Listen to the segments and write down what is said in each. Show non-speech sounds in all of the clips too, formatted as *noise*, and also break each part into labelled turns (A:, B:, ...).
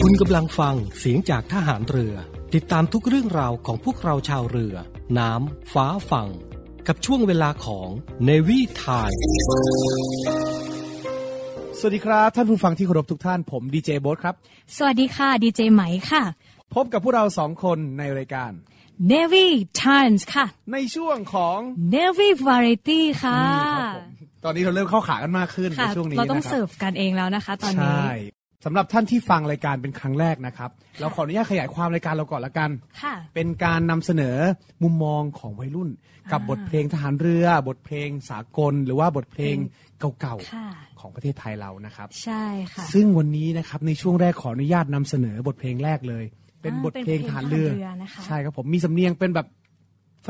A: คุณกำลังฟังเสียงจากทหารเรือ ติดตามทุกเรื่องราวของพวกเราชาวเรือ น้ำ ฟ้าฝั่ง กับช่วงเวลาของ Navy Time
B: สวัสดีครับท่านผู้ฟังที่เคารพทุกท่านผมดีเจโบ๊ทครับ
C: สวัสดีค่ะดีเจไหมค่ะ
B: พบกับพวกเราสองคนในรายการ
C: Navy Times ค่ะ
B: ในช่วงของ
C: Navy Variety ค่ะ
B: ตอนนี้เราเริ่มเข้าขากันมากขึ้น
C: ค่ะ
B: ในช่วงนี้
C: เราต้อง
B: นะคบ
C: เสิร์ฟกันเองแล้วนะคะ ตอน
B: ใช
C: นี้
B: ่สำหรับท่านที่ฟังรายการเป็นครั้งแรกนะครับ เราขออนุญาตขยายความรายการเราก่อนละกัน
C: ค่ะ
B: เป็นการนำเสนอมุมมองของวัยรุ่น กับบทเพลงทหารเรือ บทเพลงสากล หรือว่าบทเพลงเก่า
C: ค่ะ
B: ๆของประเทศไทยเรานะครับ
C: ใช่ค่ะ
B: ซึ่งวันนี้นะครับในช่วงแรกขออนุญาตนำเสนอบทเพลงแรกเลย เป็น
C: อ่า
B: บทเพลง
C: เป็นเพลง
B: ฐานเรือ
C: ทหารเรือนะคะ
B: ใช่ครับผมมีสำเนียงเป็นแบบ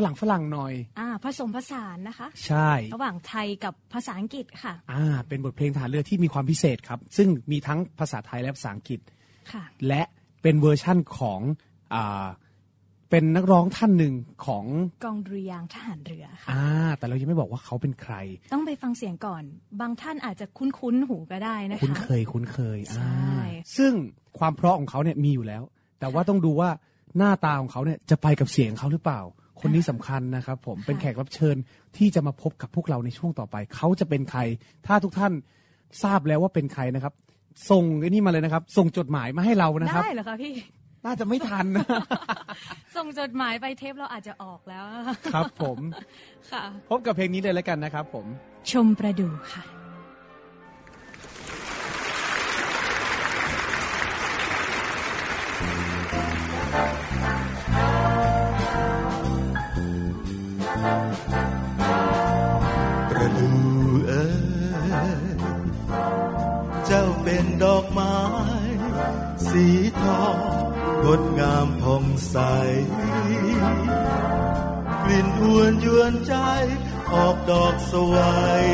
B: ฝรั่งฝรั่งหน่อย
C: อ่าผสมผสานนะคะ
B: ใช่
C: ระหว่างไทยกับภาษาอังกฤษค่ะ
B: อ่าเป็นบทเพลงฐานเรือที่มีความพิเศษครับ ซึ่งมีทั้งภาษาไทยและภาษาอังกฤษ
C: ค่ะ
B: และเป็นเวอร์ชั่นของอ่าเป็นนักร้องท่านหนึ่งของ
C: กองเรือยางทหารเรือค่ะ
B: อ่าแต่เรายังไม่บอกว่าเขาเป็นใคร
C: ต้องไปฟังเสียงก่อน บางท่านอาจจะคุ้นๆหูก็ได้นะคะ
B: คุ้นเคยคุ้นเคยอ่า
C: ใช่
B: ซึ่งความเพราะของเขาเนี่ยมีอยู่แล้ว แต่ว่าต้องดูว่าหน้าตาของเขาเนี่ยจะไปกับเสียงเขาหรือเปล่า คนนี้สำคัญนะครับผมเป็นแขกรับเชิญที่จะมาพบกับพวกเราในช่วงต่อไป เขาจะเป็นใคร ถ้าทุกท่านทราบแล้วว่าเป็นใครนะครับ ส่งไอ้นี่มาเลยนะครับ ส่งจดหมายมาให้เรานะครับ
C: ได้เหรอคะพี่
B: น่าจะไม่ทันนะ
C: *laughs* ส่งจดหมายไปเทปเราอาจจะออกแล้วนะคะ
B: ครับผม
C: ค่ะ
B: พบกับเพลงนี้เลยแล้วกันนะครับผม
C: ชมประดูค่ะ
D: ประดูเอ๋ยเจ้าเป็นดอกไม้ สีทองงดงามผ่องใส กลิ่นอวนยวนใจ ออกดอกสวย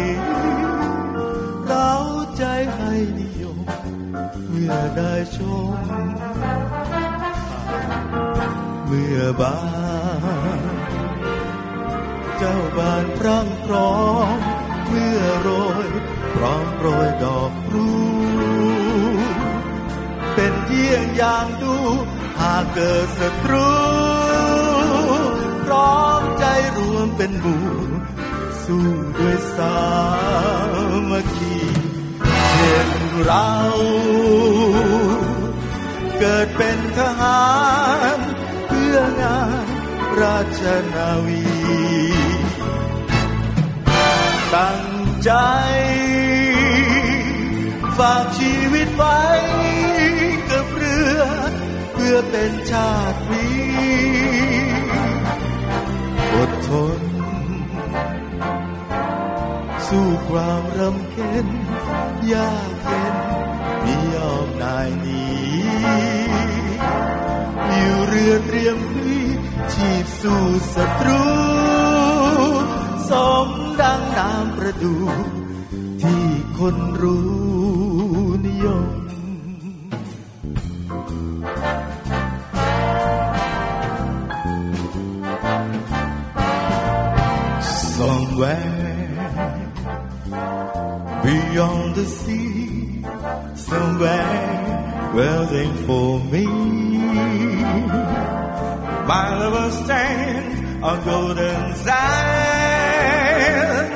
D: เราใจให้นิยม เมื่อได้ชม เมื่อบาน เจ้าบานพรั่งพร้อม เมื่อโรย พร้อมโปรยดอกรูเป็นเยี่ยงอย่างดู หากเกิดศัตรู พร้อมใจรวมเป็นหมู่ สู้ด้วยสามัคคีเช่นเรา เกิดเป็นทหาร เพื่องานราชนาวี ตั้งใจ ฝากชีวิตไว้กับเรือ เพื่อเป็นชาตินี้อดทน สู้ความรำเค็ญยากเย็นมียอมนายหนีอยู่เรือเตรียมพีชีพสู้ศัตรู สมดังน้ำประดู ที่คนรู้นิยม Somewhere beyond the sea, somewhere waiting for me. My lover stands on golden sand.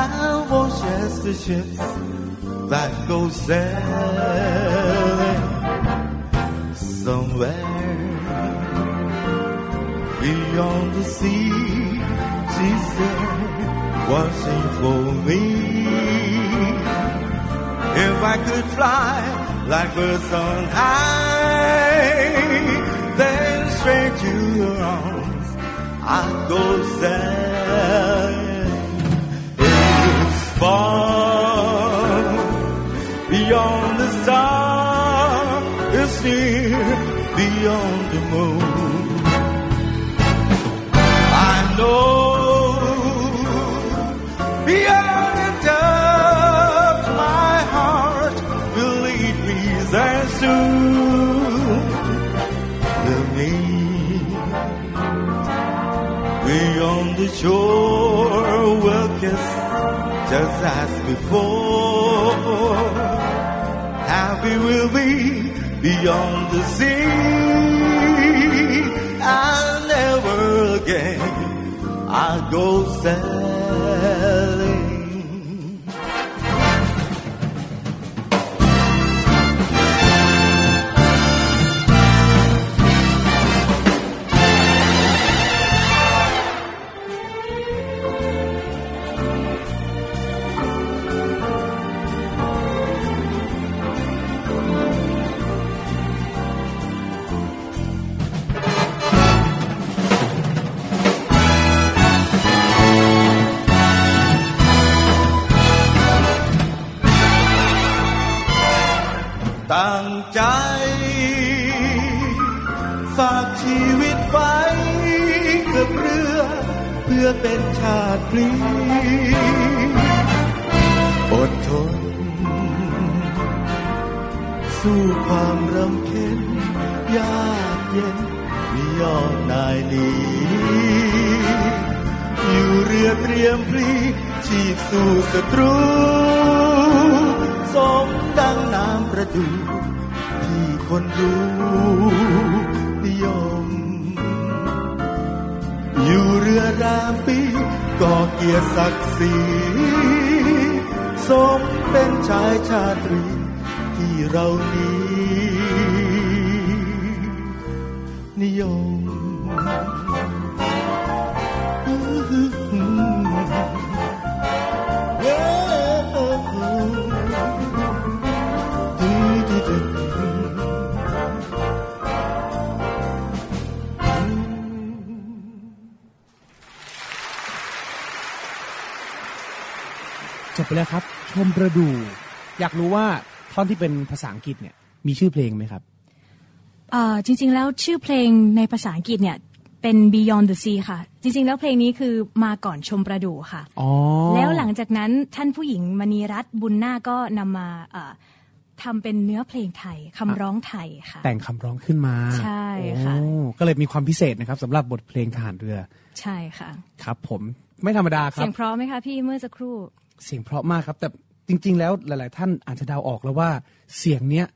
D: I watch as the ships that go sailing somewhere beyond the sea. She said, watching for me. If I could fly like birds on high, then straight to your arms I'd go sailing. It's far beyond the star, it's near beyond the moon. I know beyond the doubt my heart will lead me there soon. We'll meet beyond the shore. We'll kiss just as before. Have happy we'll be beyond the sea. And never again I'll go sailing. ตั้งใจ ฝากชีวิตไว้กับเรือ เพื่อเป็นชาติพลีอดทน สู้ความรำเค็ญยากเย็นมียอมนายหนีอยู่เรือเตรียมพลีชีพสู้ศัตรู สมดังน้ำประดู ที่คนดูนิยม อยู่เรือรามปีก่อเกียรติศักดิ์ศรีสมเป็นชายชาตรี ที่เรานี้นิยม
B: จบไปแล้วครับ ชมประดู อยากรู้ว่าท่อนที่เป็นภาษาอังกฤษเนี่ยมีชื่อเพลงไหมครับ
C: เอ่อจริงๆ แล้วชื่อเพลงในภาษาอังกฤษเนี่ยเป็น Beyond the Sea ค่ะ จริงๆ แล้วเพลงนี้คือมาก่อนชมประดู่ค่ะ
B: อ๋อ
C: แล้วหลังจากนั้นท่านผู้หญิงมณีรัตน์บุญนาคก็นำมาเอ่อทำเป็นเนื้อเพลงไทยคำร้องไทยค่ะ
B: แต่งคำร้องขึ้นมา
C: ใช่ค่ะ
B: โอ้ก็เลยมีความพิเศษนะครับสำหรับบทเพลงทหารเรือ
C: ใช่ค่ะ
B: ครับผมไม่ธรรมดาครั
C: เสี
B: บ
C: ยงเพราะไหมคะพี่เมื่อสักครู่
B: เสียงเพราะมากครับ แต่จริง ๆ แล้วหลาย ๆ ท่านอาจจะเดาออกแล้วว่าเสียงเนี้ย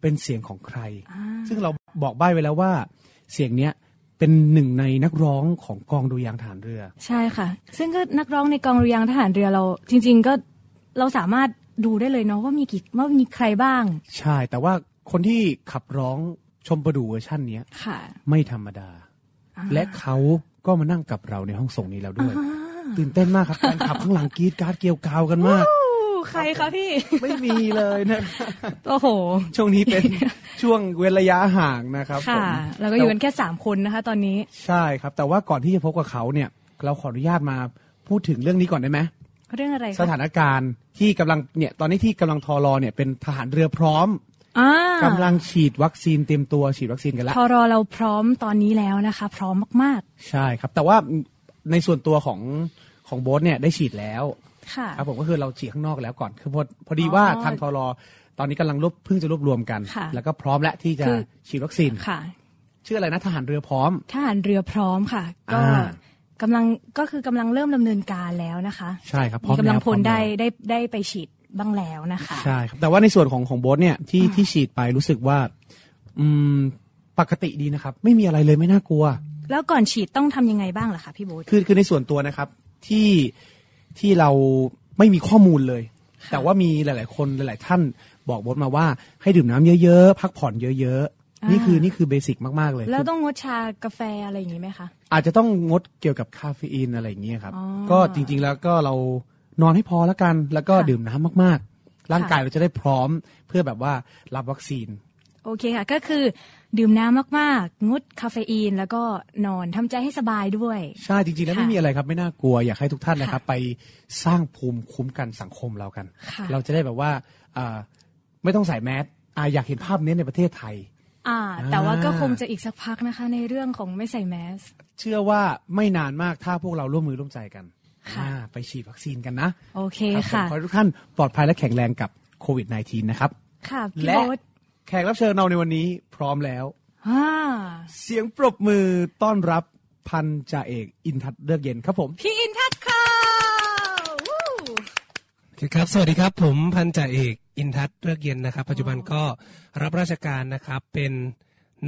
B: เป็นเสียงของใคร ซึ่งเราบอกใบ้ไว้แล้วว่า เสียงเนี้ยเป็นหนึ่งในนักร้องของกองดุริยางค์ฐานเรือ
C: ใช่ค่ะ ซึ่งก็นักร้องในกองเรียงทหารเรือเรา จริง ๆ ก็เราสามารถดูได้เลยเนาะว่ามีกี่ว่ามีใครบ้าง
B: ใช่ แต่ว่าคนที่ขับร้องชมประดูเวอร์ชันเนี้ย
C: ค่ะ
B: ไม่ธรรมดา และเขาก็มานั่งกับเราในห้องส่งนี้แล้วด้วย ตื่นเต้นมากครับแฟนคลับข้างหลังกรีดกรารเกลียวกราวกันมาก
C: ใครคะพี่
B: ไม่มีเลยนะ
C: โอ้โห
B: ช่วงนี้
C: *laughs*
B: เป็นช่วงเว้นระยะห่างนะครับผ
C: ค่ะ
B: ม
C: แล้วก็อยู่กันแค่ 3 คนนะคะตอนนี้
B: ใช่ครับ แต่ว่าก่อนที่จะพบกับเขาเนี่ย เราขออนุญาตมาพูดถึงเรื่องนี้ก่อนได้ไหม
C: เรื่องอะไรคะ
B: สถานการณ์ที่กำลังเนี่ยตอนนี้ที่กำลังทอรอเนี่ยเป็นทหารเรือพร้อม
C: อ่าก
B: ำลังฉีดวัคซีนเต็มตัวฉีดวัคซีนกันแล้ว
C: ทอรอเราพร้อมตอนนี้แล้วนะคะ พร้อมมาก
B: ใช่ครับ แต่ว่าในส่วนตัวของของโบ๊ทเนี่ยได้ฉีดแล้ว
C: ๆ ค่ะ
B: ครับผมก็คือเราฉีดข้างนอกแล้วก่อนคือพอพอดีว่าทางทอรอตอนนี้กำลังรวบเพิ่งจะรวบรวมกัน
C: ค่ะ
B: แล้วก็พร้อมแล้วที่จะ
C: คือ
B: ฉีดวัคซีน
C: ค่ะ
B: ชื่ออะไรนะทหารเรือพร้อม
C: ทหารเรือพร้อมค่ะ ก็
B: อ่าก
C: ำลังก็คือกำลังเริ่มดำเนินการแล้วนะคะ
B: ใช่ครับพร้อม
C: มีกำลัง
B: แล้ว
C: พ
B: พร้อ
C: ล
B: ม
C: ได้
B: แล้ว
C: ได้ได้ไปฉีดบ้างแล้วนะคะ
B: ใช่ครับแต่ว่าในส่วนของของโบทเนี่ยที่ที่ฉีดไปรู้สึกว่า อืมปกติดีนะครับ ไม่มีอะไรเลยไม่น่ากลัว
C: แล้วก่อนฉีดต้องทำยังไงบ้างล่ะคะพี่โบ๊ท
B: คือคือในส่วนตัวนะครับ ที่ที่เราไม่มีข้อมูลเลย แต่ว่ามีหลาย ๆ คนหลาย ๆ ท่านบอกโบทมาว่า ให้ดื่มน้ำเยอะ ๆ พักผ่อนเยอะ ๆ นี่คือนี่คือเบสิกมาก ๆ เลย
C: แล้ว
B: คือ
C: ต้องงดชากาแฟอะไรอย่างนี้ไหมคะ
B: อาจจะต้องงดเกี่ยวกับคาเฟอีนอะไรอย่างเงี้ยครับ
C: อ๋อ
B: ก็จริง ๆ แล้วก็เรานอนให้พอแล้วกัน แล้วก็
C: ค่ะ
B: ดื่มน้ำมาก ๆ ร่าง
C: ค่ะ
B: กายเราจะได้พร้อมเพื่อแบบว่ารับวัคซีน
C: โอเคค่ะ ก็คือดื่มน้ำมากๆ งดคาเฟอีนแล้วก็นอนทำใจให้สบายด้วย
B: ใช่จริงๆแล้ว
C: ค่ะ
B: ไม่มีอะไรครับไม่น่ากลัวอยากให้ทุกท่านนะครับ
C: ค่ะ
B: ไปสร้างภูมิคุ้มกันสังคมเรากัน
C: ค่ะ
B: เราจะได้แบบว่าอ่าไม่ต้องใส่แมสอ่าอยากเห็นภาพนี้ในประเทศไทย
C: อ่า
B: อ่า
C: แต่ว่าก็คงจะอีกสักพักนะคะ ในเรื่องของไม่ใส่แมส
B: เชื่อว่าไม่นานมากถ้าพวกเราร่วมมือร่วมใจกัน
C: ค่ะ
B: อ่าไปฉีดวัคซีนกันนะ
C: โอเค
B: ครับผม
C: ค่ะ
B: ขอให้ทุกท่านปลอดภัยและแข็งแรงกับโควิด -19 นะครับ
C: ค่ะ พี่
B: และ
C: โบ๊ท
B: แขกรับเชิญเราในวันนี้พร้อมแล้ว
C: อ่า
B: เสียงปรบมือต้อนรับพันจ่าเอกอินทัศน์เลือกเย็นครับผม
C: พี่อินทัศน์ค่ะวู้
E: ครับ สวัสดีครับ ผมพันจ่าเอก
F: อินทัศน์เลือกเย็นนะครับ ปัจจุบันก็รับราชการนะครับเป็น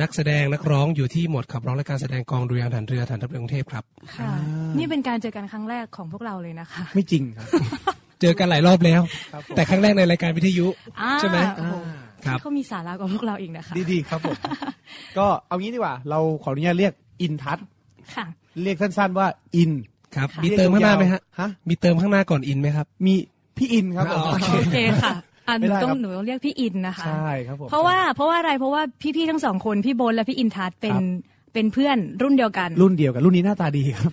F: นักแสดงนักร้องอยู่ที่หมวดขับร้องและการแสดงกองดุริยางค์ฐานเรือฐานทัพเรือกรุงเทพครับ
C: ค่ะ นี่เป็นการเจอกันครั้งแรกของพวกเราเลยนะคะ
B: ไม่จริงครับ
F: เจอกันหลายรอบแล้ว แต่ครั้งแรกในรายการวิทยุ
C: อ่า
F: ใช่ไหม
C: โอ้โห
F: ครับ
C: เขามีสาระกว่าพวกเราอีกนะคะ
B: ดีๆ
C: *laughs*
B: ครับผม ก็เอางี้ดีกว่า เราขออนุญาตเรียกอินทัศน์
C: ค่ะ
B: เรียกสั้นๆว่าอิน
F: ครับ
C: ค่ะ
F: มีเติมข้างหน้าไหมฮะ
B: ฮะ
F: มีเติมข้างหน้าก่อนอินไหมครับ
B: มีพี่อินครับผม
F: อ๋อ
C: โอเคค่ะอ่ะห
B: ไม่
C: นู
B: ได้
C: ต้อง
B: ครับ
C: หนูต้องเรียกพี่อินนะคะ
B: ใช่ครับผม
C: เพราะว่าเพราะว่าอะไรเพราะว่าพี่ๆทั้งสองคนพี่โบนและพี่อินทัศน์เป็น
B: ครับ
C: เป็นเพื่อนรุ่นเดียวกัน
B: รุ่นเดียวกันรุ่นนี้หน้าตาดีครับ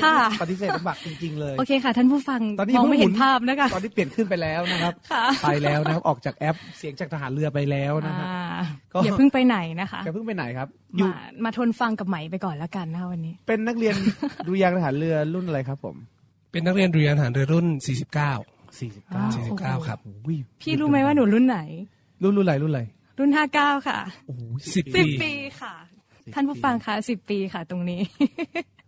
C: ค่ะ
B: ปฏิเสธลำบากจริงๆเลย
C: โอเคค่ะ ท่านผู้ฟัง
B: ตอนนี้
C: มองไม่เห็น
B: พิ่ง
C: ภาพนะคะ
B: ตอนนี้เปลี่ยนขึ้นไปแล้วนะครับ
C: ค่ะ
B: ไปแล้วนะครับ ออกจากแอปเสียงจากทหารเรือไปแล้วนะฮะ
C: อ่า
B: ก็
C: อย่าเพิ่งไปไหนนะคะ
B: จะเพิ่งไปไหนครับ อยู่
C: มามาทนฟังกับไหมไปก่อนแล้วกันนะคะวันนี้
B: เป็นนักเรียน *laughs* ดุริยางค์ทหารเรือรุ่นอะไรครับผม
F: เป็นนักเรียนดุริยางค์ฐานเรือรุ่น 49
C: อ้าว
B: 49
F: 49 ครับ
C: พี่รู้ไหมว่าหนูรุ่นไหน
B: รุ่นรุ่นอะไรรุ่นอะไร
C: รุ่นห้าเก้าค่ะ
B: โอ้โห
F: 10 ปี
C: สิบปีค่ะ ท่านผู้ฟังคะสิบปีค่ะตรงนี้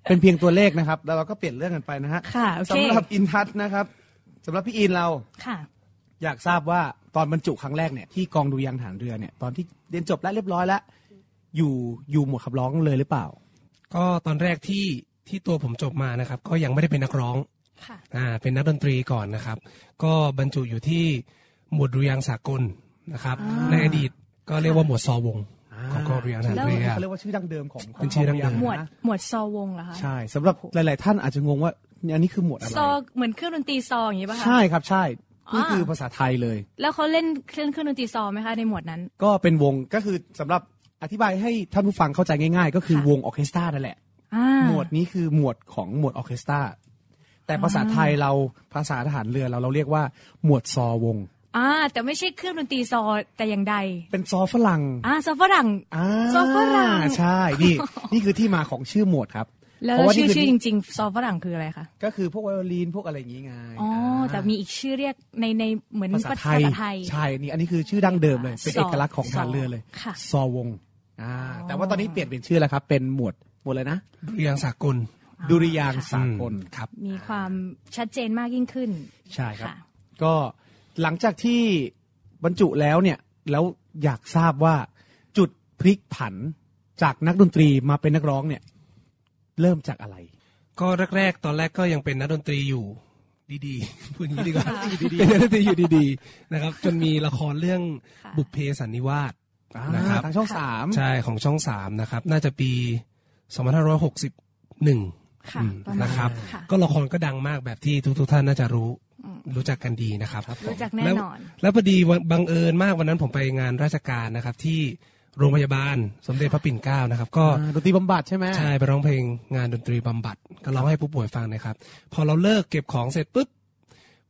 B: เป็นเพียงตัวเลขนะครับ แล้วเราก็เปลี่ยนเรื่องกันไปนะฮะ
C: ค่ะโอเค
B: สำหรับอินทัศน์นะครับสำหรับพี่อินเรา
C: ค่ะ
B: อยากทราบว่าตอนบรรจุครั้งแรกเนี่ยที่กองดูยางฐานเรือเนี่ยตอนที่เรียนจบแล้วเรียบร้อยแล้ว อยู่อยู่หมวดขับร้องเลยหรือเปล่า
F: ก็ตอนแรกที่ที่ตัวผมจบมานะครับ ก็ยังไม่ได้เป็นนักร้อง
C: ค่ะ
F: อ่าเป็นนักดนตรีก่อนนะครับ ก็บรรจุอยู่ที่หมวดดุริยางค์สากลนะครับ ในอดีตก็เรียกว่าหมวดซอวงของกองดุริยางค์ฐานเรือ
B: เขาเรียกว่าชื่อดั้งเดิมของขง
F: เป็นชื่อดั้งเดิม
B: ก
C: หมวด
B: นะ
C: หมวดซอวงเหรอคะ
B: ใช่สำหรับหลาย ๆ ท่านอาจจะงงว่าเนี่ยอันนี้คือหมวดอะไร
C: ซอเหมือนเครื่องดนตรีซออย่างนี้ป่ะคะ
B: ใช่ครับใช่นี่
C: อ่า
B: คือภาษาไทยเลย
C: แล้วเขาเล่นเครื่องเครื่องดนตรีซอไหมคะในหมวดนั้น
B: ก็เป็นวงก็คือสำหรับอธิบายให้ท่านผู้ฟังเข้าใจง่าย ๆ ก็คือ
C: ค่ะ
B: วงออร์เคสตรานั่นแหละ
C: อ่า
B: หมวดนี้คือหมวดของหมวดออร์เคสตราแต่ภาษาไทยเราภาษาทหารเรือเราเราเรียกว่าหมวดซอวง
C: อ่าแต่ไม่ใช่เครื่องดนตรีซอแต่อย่างใด
B: เป็นซอฝรั่ง
C: อ่าซอฝรั่ง
B: อ่า
C: ซอฝรั่ง
B: ใช่ *laughs* นี่ นี่คือที่มาของชื่อหมวดครับ
C: แล้ว
B: เพราะว่า
C: ชื่อ
B: นี่คื
C: ชื่อจริงๆซอฝรั่งคืออะไรคะ
B: ก็คือพวกไวโอลินพวกอะไรอย่างงี้ไง
C: อ๋ออา แต่มีอีกชื่อเรียกในในเหมือน
B: ภาษาไทย
C: ไทย
B: ใช่นี่อันนี้คือชื่อดั้งเดิมเลย เป็น
C: ซอ
B: เอกลักษณ์ของทหารเรือเลย
C: ค่ะ
B: ซอวงอ่าแต่ว่าตอนนี้เปลี่ยนเป็นชื่อแล้วครับ เป็นหมวดหมวดอะไรนะ
F: ดุริยางค์สากล
B: ดุริยางค์สากล
F: อืมครับ
C: มีความชัดเจนมากยิ่งขึ้น
B: ใช่ครับ
C: ค่ะ
B: ก็หลังจากที่บรรจุแล้วเนี่ย แล้วอยากทราบว่าจุดพลิกผันจากนักดนตรีมาเป็นนักร้องเนี่ย เริ่มจากอะไร
F: ก็แรกๆ ตอนแรกก็ยังเป็นนักดนตรีอยู่ดีๆ *laughs* พูดอย่างนี้ดีกว่า
C: ค่ะ
F: เป็นนักดนตรีอยู่ดีๆนะครับ จนมีละครเรื่อง
C: ค่ะ
F: บุพเพสันนิวาส
B: นะ
F: นะ
B: ค
F: ครั
B: รับบ ทางช่องสาม
F: ใช่ของช่องสามนะครับ น่าจะปี 2561
C: ค่ะ
F: อืม
C: ประมาณ
F: นะครับ
C: ค่ะ
F: ก็ละครก็ดังมากแบบที่ทุกๆท่านน่าจะรู้
C: อืม
F: รู้จักกันดีนะครับ
C: รู้จักแน่
F: ล้ว
C: นอน
F: แล้วพอดีวันบังเอิญมากวันนั้นผมไปงานราชการนะครับ ที่โรงพยาบาลสมเด็จพระปิ่นเกล้านะครับ ก็
B: อ่าดนตรีบำบัดใช่ไหม
F: ใช่ไปร้องเพลงงานดนตรีบำบัดก็ร้องให้ผู้ป่วยฟังนะครับ พอเราเลิกเก็บของเสร็จปุ๊บ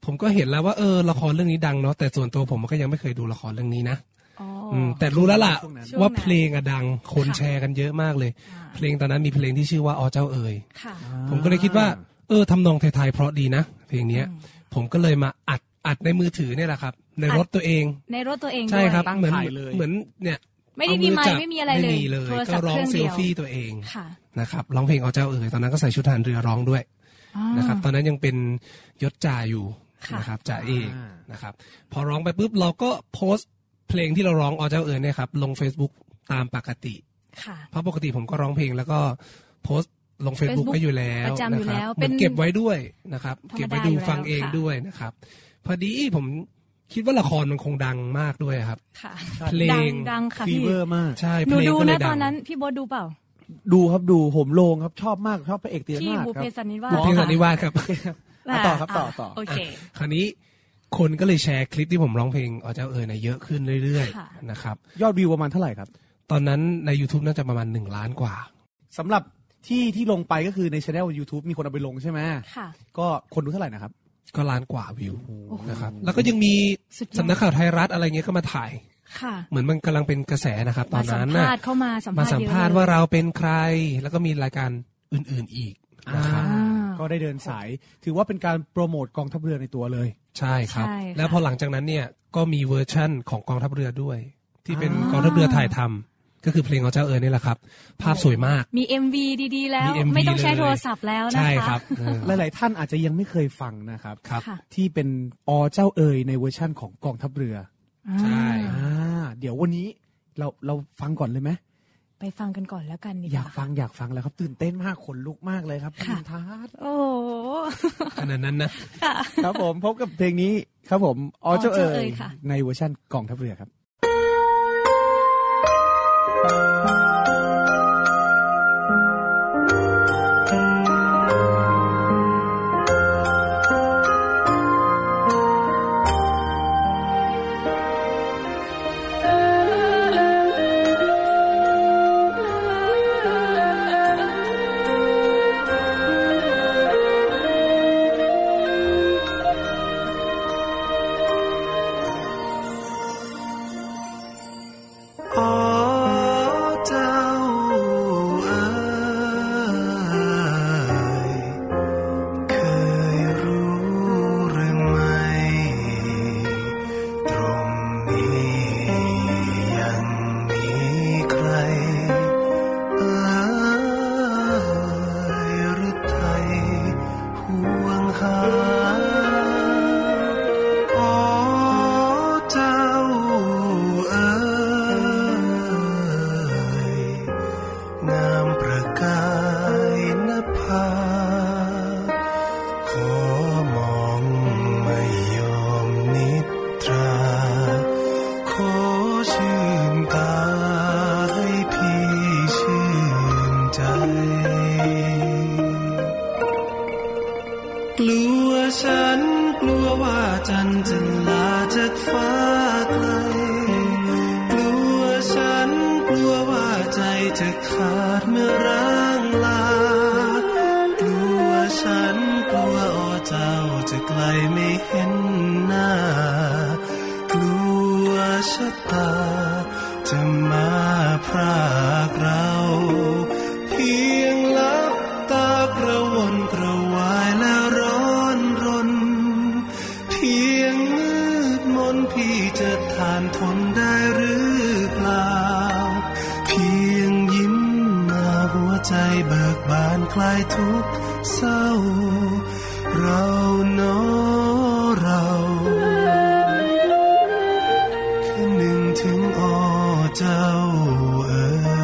F: ผมก็เห็นแล้วว่าเออละครเรื่องนี้ดังเนาะแต่ส่วนตัวผมก็ยังไม่เคยดูละครเรื่องนี้นะ
C: อ๋ออ
F: มแต่รู้แล้วล่ะ
B: ช่วงนั้น
C: ช่วงนั้น
F: ว่าเพลงอะดังคน
C: ค่ะ
F: แชร์กันเยอะมากเลย
C: อ่า
F: เพลงตอนนั้นมีเพลงที่ชื่อว่าอ๋อเจ้าเอ๋ย
C: ค่ะ
F: ผมก็เลยคิดว่า เออทำนองไทยๆเพราะดีนะ เพลงเนี้ย
C: อืม
F: ผมก็เลยมาอัดอัดในมือถือเนี่ยแหละครับ ในรถตัวเอง
C: ในรถตัวเอง
F: ใช่
C: ด้วย
F: ครับ
B: ตั้ง
F: เหมือน
B: ถ่ายเลย
F: เหมือนเนี่ย
C: ไม่ได้
F: เอา
C: มีไม
F: จั
C: ค์
F: บ
C: ไม่มีอะไรเลย
F: ม่มีเลย
C: โทรศั
F: ก็
C: พท์
F: ร้อ
C: เค
F: ง
C: รื่อง
F: เซ
C: เดี
F: ล
C: ยว
F: ฟี่ตัวเอง
C: ค่ะ
F: นะครับร้องเพลงเอาเจ้าเอ๋ยตอนนั้นก็ใส่ชุดทหารเรือร้องด้วย
C: อ่า
F: นะครับตอนนั้นยังเป็นยศจ่าอยู่
C: ค่ะ
F: นะครับจ่าเอก
B: อ่า
F: นะครับพอร้องไปปุ๊บเราก็โพสต์เพลงที่เราร้องเอาเจ้าเอ๋ยเนี่ยครับลง Facebook ตามปกติ
C: ค่ะ
F: เพราะปกติผมก็ร้องเพลงแล้วก็โพสต์ลง Facebook
C: Facebook
F: ไว้อยู่แล้
C: ป
F: ว
C: ระจำอยู่
F: นะค
C: แล้ว
F: รับ
C: เป็น
F: เหมือนเก็บไว้ด้วยนะครับ
C: ธรรมดา
F: เก็บไว้ดู
C: อยู่แล้ว
F: ฟังเอง
C: ค่ะ
F: ด้วยนะครับ พอดีผมคิดว่าละครมันคงดังมากด้วยครับ
C: ค่ะ
F: เพลง
C: ดัดังค่ะ
B: ฟี
C: พี่
B: เวอร์มาก
F: ใช่
C: ห
F: เพ
C: นู
F: ลง
C: ดู
F: ก็เล
C: นะ
F: ยดัง
C: ตอนนั้นพี่โบทดูเปล่า
B: ดูครับดูผมโลงครับชอบมากชอบพระเอกเตีย
C: ที่
B: มาก
C: บุพ
B: ครับ
C: เพสันนิวาส
F: บุพเพสันนิวาสครับ *laughs*
B: อ่ะต่อครับต่อต่อ
C: โอเค
F: คราวนี้คนก็เลยแชร์คลิปที่ผมร้องเพลงอ๋อเจ้าเอ๋ยเนี่ยเยอะขึ้นเรื่อย
C: ค่ะ
F: ๆนะครับ
B: ยอดวิวประมาณเท่าไหร่ครับ
F: ตอนนั้นใน YouTube น่าจะประมาณ 1 ล้านกว่า
B: สำหรับที่ที่ลงไปก็คือในช anel YouTube มีคนเอาไปลงใช่ไหม
C: ค่ะ
B: ก็คนดูเท่าไหร่นะครับ
F: ก็ล้านกว่าวิวนะครับ แล้วก็ยังมี
C: สุดยอด
F: สำนักข่าวไทยรัฐอะไรเงี้ยก็มาถ่าย
C: ค่ะ
F: เหมือนมันกำลังเป็นกระแสนะครับ ตอนนั้น
C: มาสัม
F: น่ะ
C: ภาษณ์เข้ามาสัมภา
F: มา
C: ษณ์
F: สัม
C: เยอะ
F: ภาษณ์
C: เลย
F: ว่าเราเป็นใคร แล้วก็มีรายการอื่นๆอีกนะครับ
B: อ่า
C: อ่า
B: ก็ได้เดินสาย ถือว่าเป็นการโปรโมทกองทัพเรือในตัวเลย
F: ใช่ครับ
C: ใช่ค่ะ
F: แล้วพอหลังจากนั้นเนี่ยก็มีเวอร์ชั่นของกองทัพเรือด้วย ที่เป็น
B: อ่า
F: กองทัพเรือถ่ายทำก็คือเพลงของเจ้าเอ๋ยนี่แหละครับ ภาพสวยมาก
C: มี MV ดีๆ แล้ว
F: มี MV
C: ไม่ต้องใช้
F: เลย
C: โทรศัพท์แล้วนะคะ
F: ใช่ครับเออ
B: หลาย ๆ ท่านอาจจะยังไม่เคยฟังนะครับ
F: ครับ
C: ค่ะ
B: ที่เป็นอเจ้าเอ๋ยในเวอร์ชั่นของกองทัพเรือ
F: ใช่
C: อ่า
B: อ่าเดี๋ยววันนี้เราเราฟังก่อนเลยไหม
C: ไปฟังกันก่อนแล้วกันดี
B: อยา
C: ว่
B: กฟังอยากฟังแล้วครับ ตื่นเต้นมากขนลุกมากเลยครับ
C: ค่ะ
B: ณทัศน์
C: โอ้โห
F: ขนาดนั้นนะ
B: ครับผมพบกับเพลงนี้ครับผมออเจ้า
C: อ๋อเจ้า
B: เอ๋
C: เอ๋
B: ย
C: ยค่ะ
B: ในเวอร์ชั่นกองทัพเรือครับ
E: ออเจ้าเอ๋ยเคยรู้หรือไม่ ตรงนี้ยังมีใคร เอ๋ยหรือไทยห่วงหา โอ้เจ้าเอ๋ยงามประกายนภา ขอมองไม่ยอมนิตรา ขอชื่นตาให้พี่ชื่นใจ กลัวฉันกลัวว่าจันทร์จะลาจากฟ้าไกล กลัวฉันกลัวว่าใจจะขาดเมื่อร่างลา กลัวฉันกลัวอ้อเจ้าจะไกลไม่เห็นหน้า กลัวชะตาจะมาพรากเรา เพียงลับตากระวนกระวายและร้อนรน เพียงมืดมนพี่จะทานทนได้หรือเปล่า เพียงยิ้มมาหัวใจเบิกบานคลายทุกข์เศร้า เราเนอเรา คือหนึ่งถึงอเจ้าเอ๋ย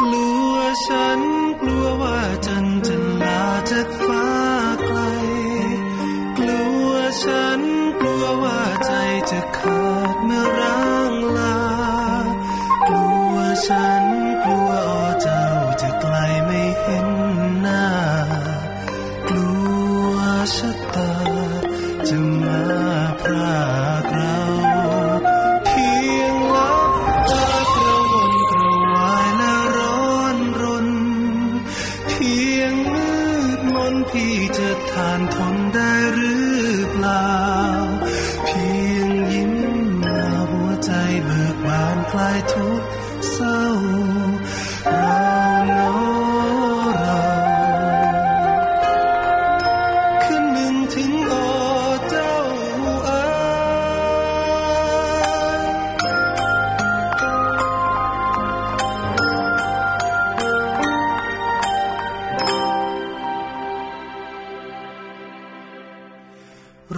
E: กลัวฉันกลัวว่าจันทร์จะลาจากฟ้าไกล กลัวฉันกลัวว่าใจจะขาดเมื่อร่างลา กลัวฉันกลัวอ้อเจ้าจะไกลไม่เห็นหน้า กลัวชะตาจะมาพรากเรา เพียงลับตากระวนกระวายและร้อนรน เพียงมืดมนพี่จะทานทนได้หรือเปล่า เพียงยิ้มมาหัวใจเบิกบานคลายทุกข์เศร้า เราเนอเรา คืนหนึ่งถึงโอเจ้าเอ๋ย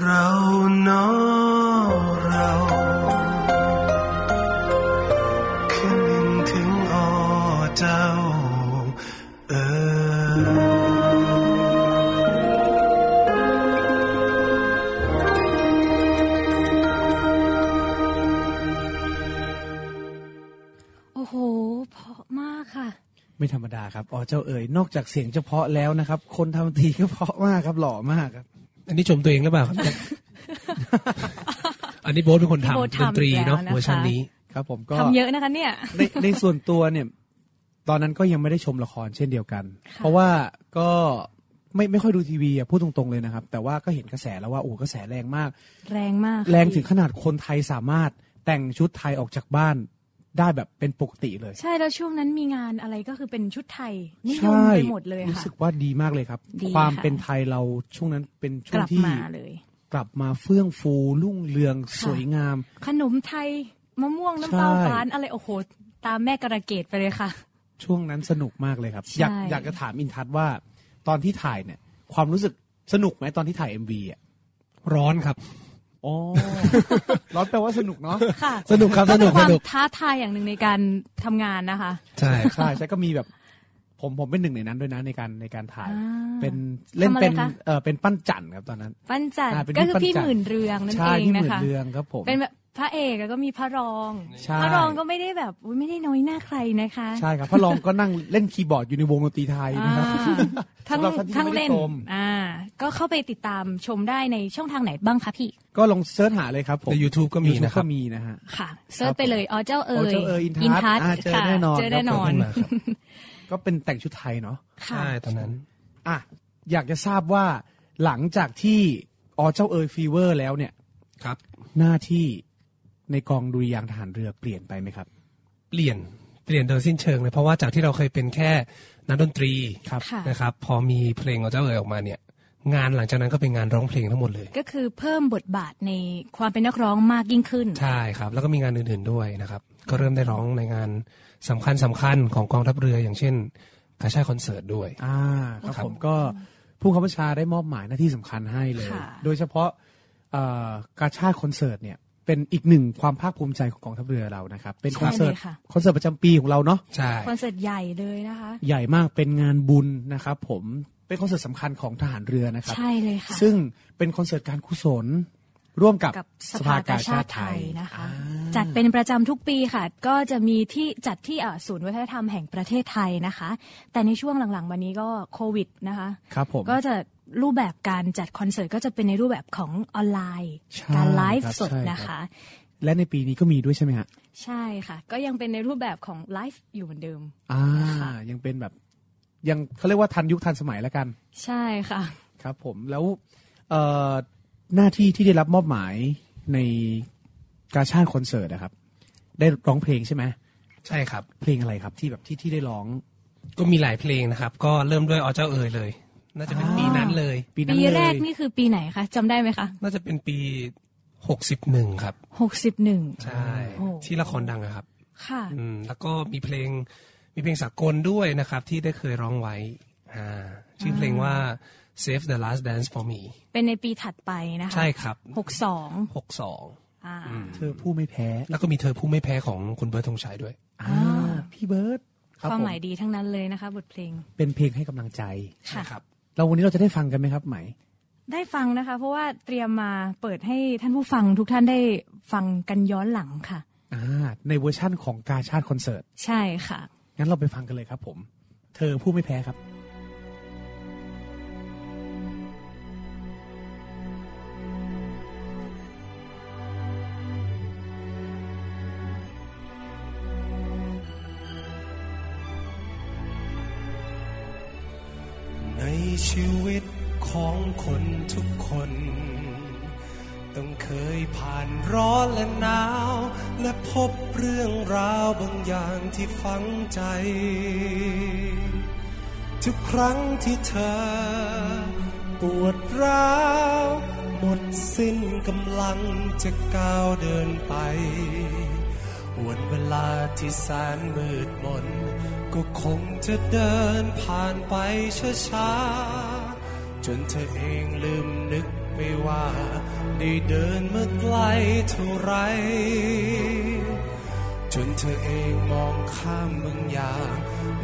E: เราเนอเราคืนหนึ่งถึง
B: ไม่ธรรมดาครับอ๋อเจ้าเอ๋ยนอกจากเสียงเฉพาะแล้วนะครับ คนทำดนตรีก็เพราะมากครับหล่อมากครับ
E: อันนี้ชมตัวเองหรื
C: *laughs*
E: อเปล่าครับ อันนี้โบ๊ทเป็นคน
C: พี่โบ๊ท
E: ทำ
C: ทำ
E: ดนตรีเนาะ
C: แล้วนะคะ
E: เวอร์ชันนี้
B: ครับ ผมก็
C: ทำเยอะนะคะเนี่ย
B: ในในส่วนตัวเนี่ย ตอนนั้นก็ยังไม่ได้ชมละครเช่นเดียวกัน
C: ค่ะ
B: เพราะว่าก็ไม่ไม่ค่อยดูทีวีอะพูดตรงๆเลยนะครับ แต่ว่าก็เห็นกระแสแล้วว่าโอ้กระแสแรงมาก
C: แรงมากค่ะ
B: แรงถึ
C: พี่
B: งขนาดคนไทยสามารถแต่งชุดไทยออกจากบ้านได้แบบเป็นปกติเลย
C: ใช่แล้วช่วงนั้นมีงานอะไรก็คือเป็นชุดไทยนิยม
B: ใช่
C: ไปหมดเลย
B: รู้
C: ค่ะ
B: สึกว่าดีมากเลยครับ
C: ดี
B: ความ
C: ค่ะ
B: เป็นไทยเราช่วงนั้นเป็นช่
C: ก
B: วง
C: ลับ
B: ที่
C: มาเลย
B: กลับมาเฟื่องฟูรุ่งเรืองสวยงาม
C: ขนมไทยมะม่วงน้ำเต้า
B: ใช่
C: หวานอะไรโอ้โหตามแม่กระเกดไปเลยค่ะ
B: ช่วงนั้นสนุกมากเลยครับ
C: ใช่
B: อยากอยากจะถามอินทัศน์ว่า ตอนที่ถ่ายเนี่ย ความรู้สึกสนุกไหมตอนที่ถ่าย MV อ่ะ
E: ร้อนครับ
B: อ๋อ *laughs* ร้อนแปลว่าสนุกเนาะ
C: ค่ะ
E: สนุกครับสนุก
C: เป็นควา
E: สนุก
C: มท้าทายอย่างหนึ่งในการทำงานนะคะ
E: ใช่
B: ใช่ใช่ก็มีแบบ ผมผมเป็นหนึ่งในนั้นด้วยนะในการในการถ่าย
C: อ่า
B: เป็นเล่น
C: ทำอะไร
B: เป็น
C: คะ
B: เออเป็นปั้นจันครับตอนนั้น
C: ปั้นจันทร์
B: อ่าเป็น
C: ก็คือ
B: พี่
C: พี่
B: ปั้นจัน
C: ห
B: ทร์
C: มื่นเรืองนั่น
B: ใช่
C: เอง
B: ที่ห
C: นะ
B: มื่น
C: คะ
B: เรืองครับผม
C: เป็นแบบพระเอกแล้วก็มีพระรอง
B: ใช่
C: พระรองก็ไม่ได้แบบอุ๊ยไม่ได้น้อยหน้าใครนะคะ
B: ใช่ครับพระรองก็นั่งเล่นคีย์บอร์ดอยู่ในวงดนตรีไทยนะครับ
C: อ่าทั้ง
B: สำหรับท่านที่
C: ทั้ง
B: ไม่ได้
C: เล่น
B: ชม
C: อ่า ก็เข้าไปติดตามชมได้ในช่องทางไหนบ้างคะพี่
B: ก็ลองเสิร์ชหาเลยครับผม
E: ใน YouTube ก็มี
B: YouTube
E: นะครับ
B: ก็มีนะฮะ
C: ค่ะเซิร์ชไปเลยอ๋อเจ้าเอ๋
B: อ๋อย เจ้าเอ๋ยอินทัศ
C: ศน์
B: น์อ่าเจอ
C: ค่ะ
B: แน่นอน
C: เจอแน่นอน
E: ขึ้
C: *laughs*
E: นมาครับ
B: ก็เป็นแต่งชุดไทยเนาะ
C: ค่ะ
E: ใช่ตอนนั้น
B: อ่ะอยากจะทราบว่าหลังจากที่อเจ้าเอยฟีเวอร์แล้วเนี่ย
E: ครับ
B: หน้าที่ในกองดุริยางค์ทหารเรือเปลี่ยนไปไหมครับ
E: เปลี่ยนเปลี่ยนโดยสิ้นเชิงเลย เพราะว่าจากที่เราเคยเป็นแค่นักดนตรี
B: ครับ
C: ค่ะ
E: นะครับ พอมีเพลงของเจ้าเอ๋ยออกมาเนี่ย งานหลังจากนั้นก็เป็นงานร้องเพลงทั้งหมดเลย
C: ก็คือเพิ่มบทบาทในความเป็นนักร้องมากยิ่งขึ้น
E: ใช่ครับ แล้วก็มีงานอื่นๆด้วยนะครับ ก็เริ่มได้ร้องในงานสำคัญสคัญๆของกองทัพเรืออย่างเช่นกาชาคอนเสิร์ตด้วย
B: อ่าครับ
E: ครับ
B: ผมก็ผู้ข้าบัญชาได้มอบหมายหน้าที่สำคัญให้เลย
C: ค่ะ
B: โดยเฉพาะเอ่อกาชาดคอนเสิร์ตเนี่ยเป็นอีกหนึ่งความภาคภูมิใจของกองทัพเรือเรานะครับ เป็นคอนเสิร์ต
C: ใช่เลยค่ะ
B: คอนเสิร์ตประจำปีของเราเนาะ
E: ใช่
C: คอนเสิร์ตใหญ่เลยนะคะ
B: ใหญ่มากเป็นงานบุญนะครับผมเป็นคอนเสิร์ตสำคัญของทหารเรือนะครับ
C: ใช่เลยค่ะ
B: ซึ่งเป็นคอนเสิร์ตการกุศลร่วมกับ
C: กับสภากาชาติไทยนะคะ
B: อ่า
C: จัดเป็นประจำทุกปีค่ะ ก็จะมีที่จัดที่อ่าศูนย์วัฒนธรรมแห่งประเทศไทยนะคะ แต่ในช่วงหลังๆวันนี้ก็โควิดนะคะ
B: ครับผม
C: ก็จะรูปแบบการจัดคอนเสิร์ตก็จะเป็นในรูปแบบของออนไลน์
B: ใช่
C: การไลฟ์
B: ครับ
C: สด
B: ใช่ครับ
C: นะคะ
B: และในปีนี้ก็มีด้วยใช่ไหมฮะ
C: ใช่ค่ะ ก็ยังเป็นในรูปแบบของไลฟ์อยู่เหมือนเดิม
B: อ่า
C: ค่ะ
B: ยังเป็นแบบ ยังเขาเรียกว่าทันยุคทันสมัยแล้วกัน
C: ใช่ค่ะ
B: ครับผมแล้วเอ่อหน้าที่ที่ได้รับมอบหมายในกาชาดคอนเสิร์ตนะครับ ได้ร้องเพลงใช่ไหม
E: ใช่ครับ
B: เพลงอะไรครับที่แบบที่ที่ได้ร้อง
E: ก็มีหลายเพลงนะครับ ก็เริ่มด้วยอเจ้าเอ๋ยเลย น่าจะเป็นปีนั้นเลย
B: ปีนั้น
C: ปี
B: เลย
C: แรกนี่คือปีไหนคะจำได้ไหมคะ
E: น่าจะเป็นปี61ครับ
C: 61
E: ใช่
C: โอ้
E: ที่ละครดังอะครับ
C: ค่ะ
E: อืมแล้วก็มีเพลงมีเพลงสากลด้วยนะครับ ที่ได้เคยร้องไว้อ่าชื่อเพลงว่า Save the Last Dance for Me
C: เป็นในปีถัดไปนะคะ
E: ใช่ครับ
C: 62
E: 62
C: อ่า
B: เธอผู้ไม่แพ้
E: แล้วก็มีเธอผู้ไม่แพ้ของคุณเบิร์ดธงชัยด้วย
B: อ่าพี่เบิร์ตรับ
C: ความหมาย
B: ผ
C: ดีทั้งนั้นเลยนะคะ บทเพลง
B: เป็นเพลงให้กำลังใจ
C: ค่ะ
E: นะครับ
B: เราวันนี้เราจะได้ฟังกันไหมครับไหม
C: ได้ฟังนะคะ เพราะว่าเตรียมมาเปิดให้ท่านผู้ฟังทุกท่านได้ฟังกันย้อนหลังค่ะ
B: อ่าในเวอร์ชั่นของกาชาดคอนเสิร์ต
C: ใช่ค่ะ
B: งั้นเราไปฟังกันเลยครับผม เธอผู้ไม่แพ้ครับ
E: ในชีวิตของคนทุกคน ต้องเคยผ่านร้อนและหนาว และพบเรื่องราวบางอย่างที่ฝังใจ ทุกครั้งที่เธอ ปวดร้าว หมดสิ้นกำลังจะก้าวเดินไป วันเวลาที่แสนมืดมน ก็คงจะเดินผ่านไปช้าๆ จนเธอเองลืมนึกไปว่า ได้เดินเมื่อไกลเท่าไหร จนเธอเองมองข้ามบางอย่าง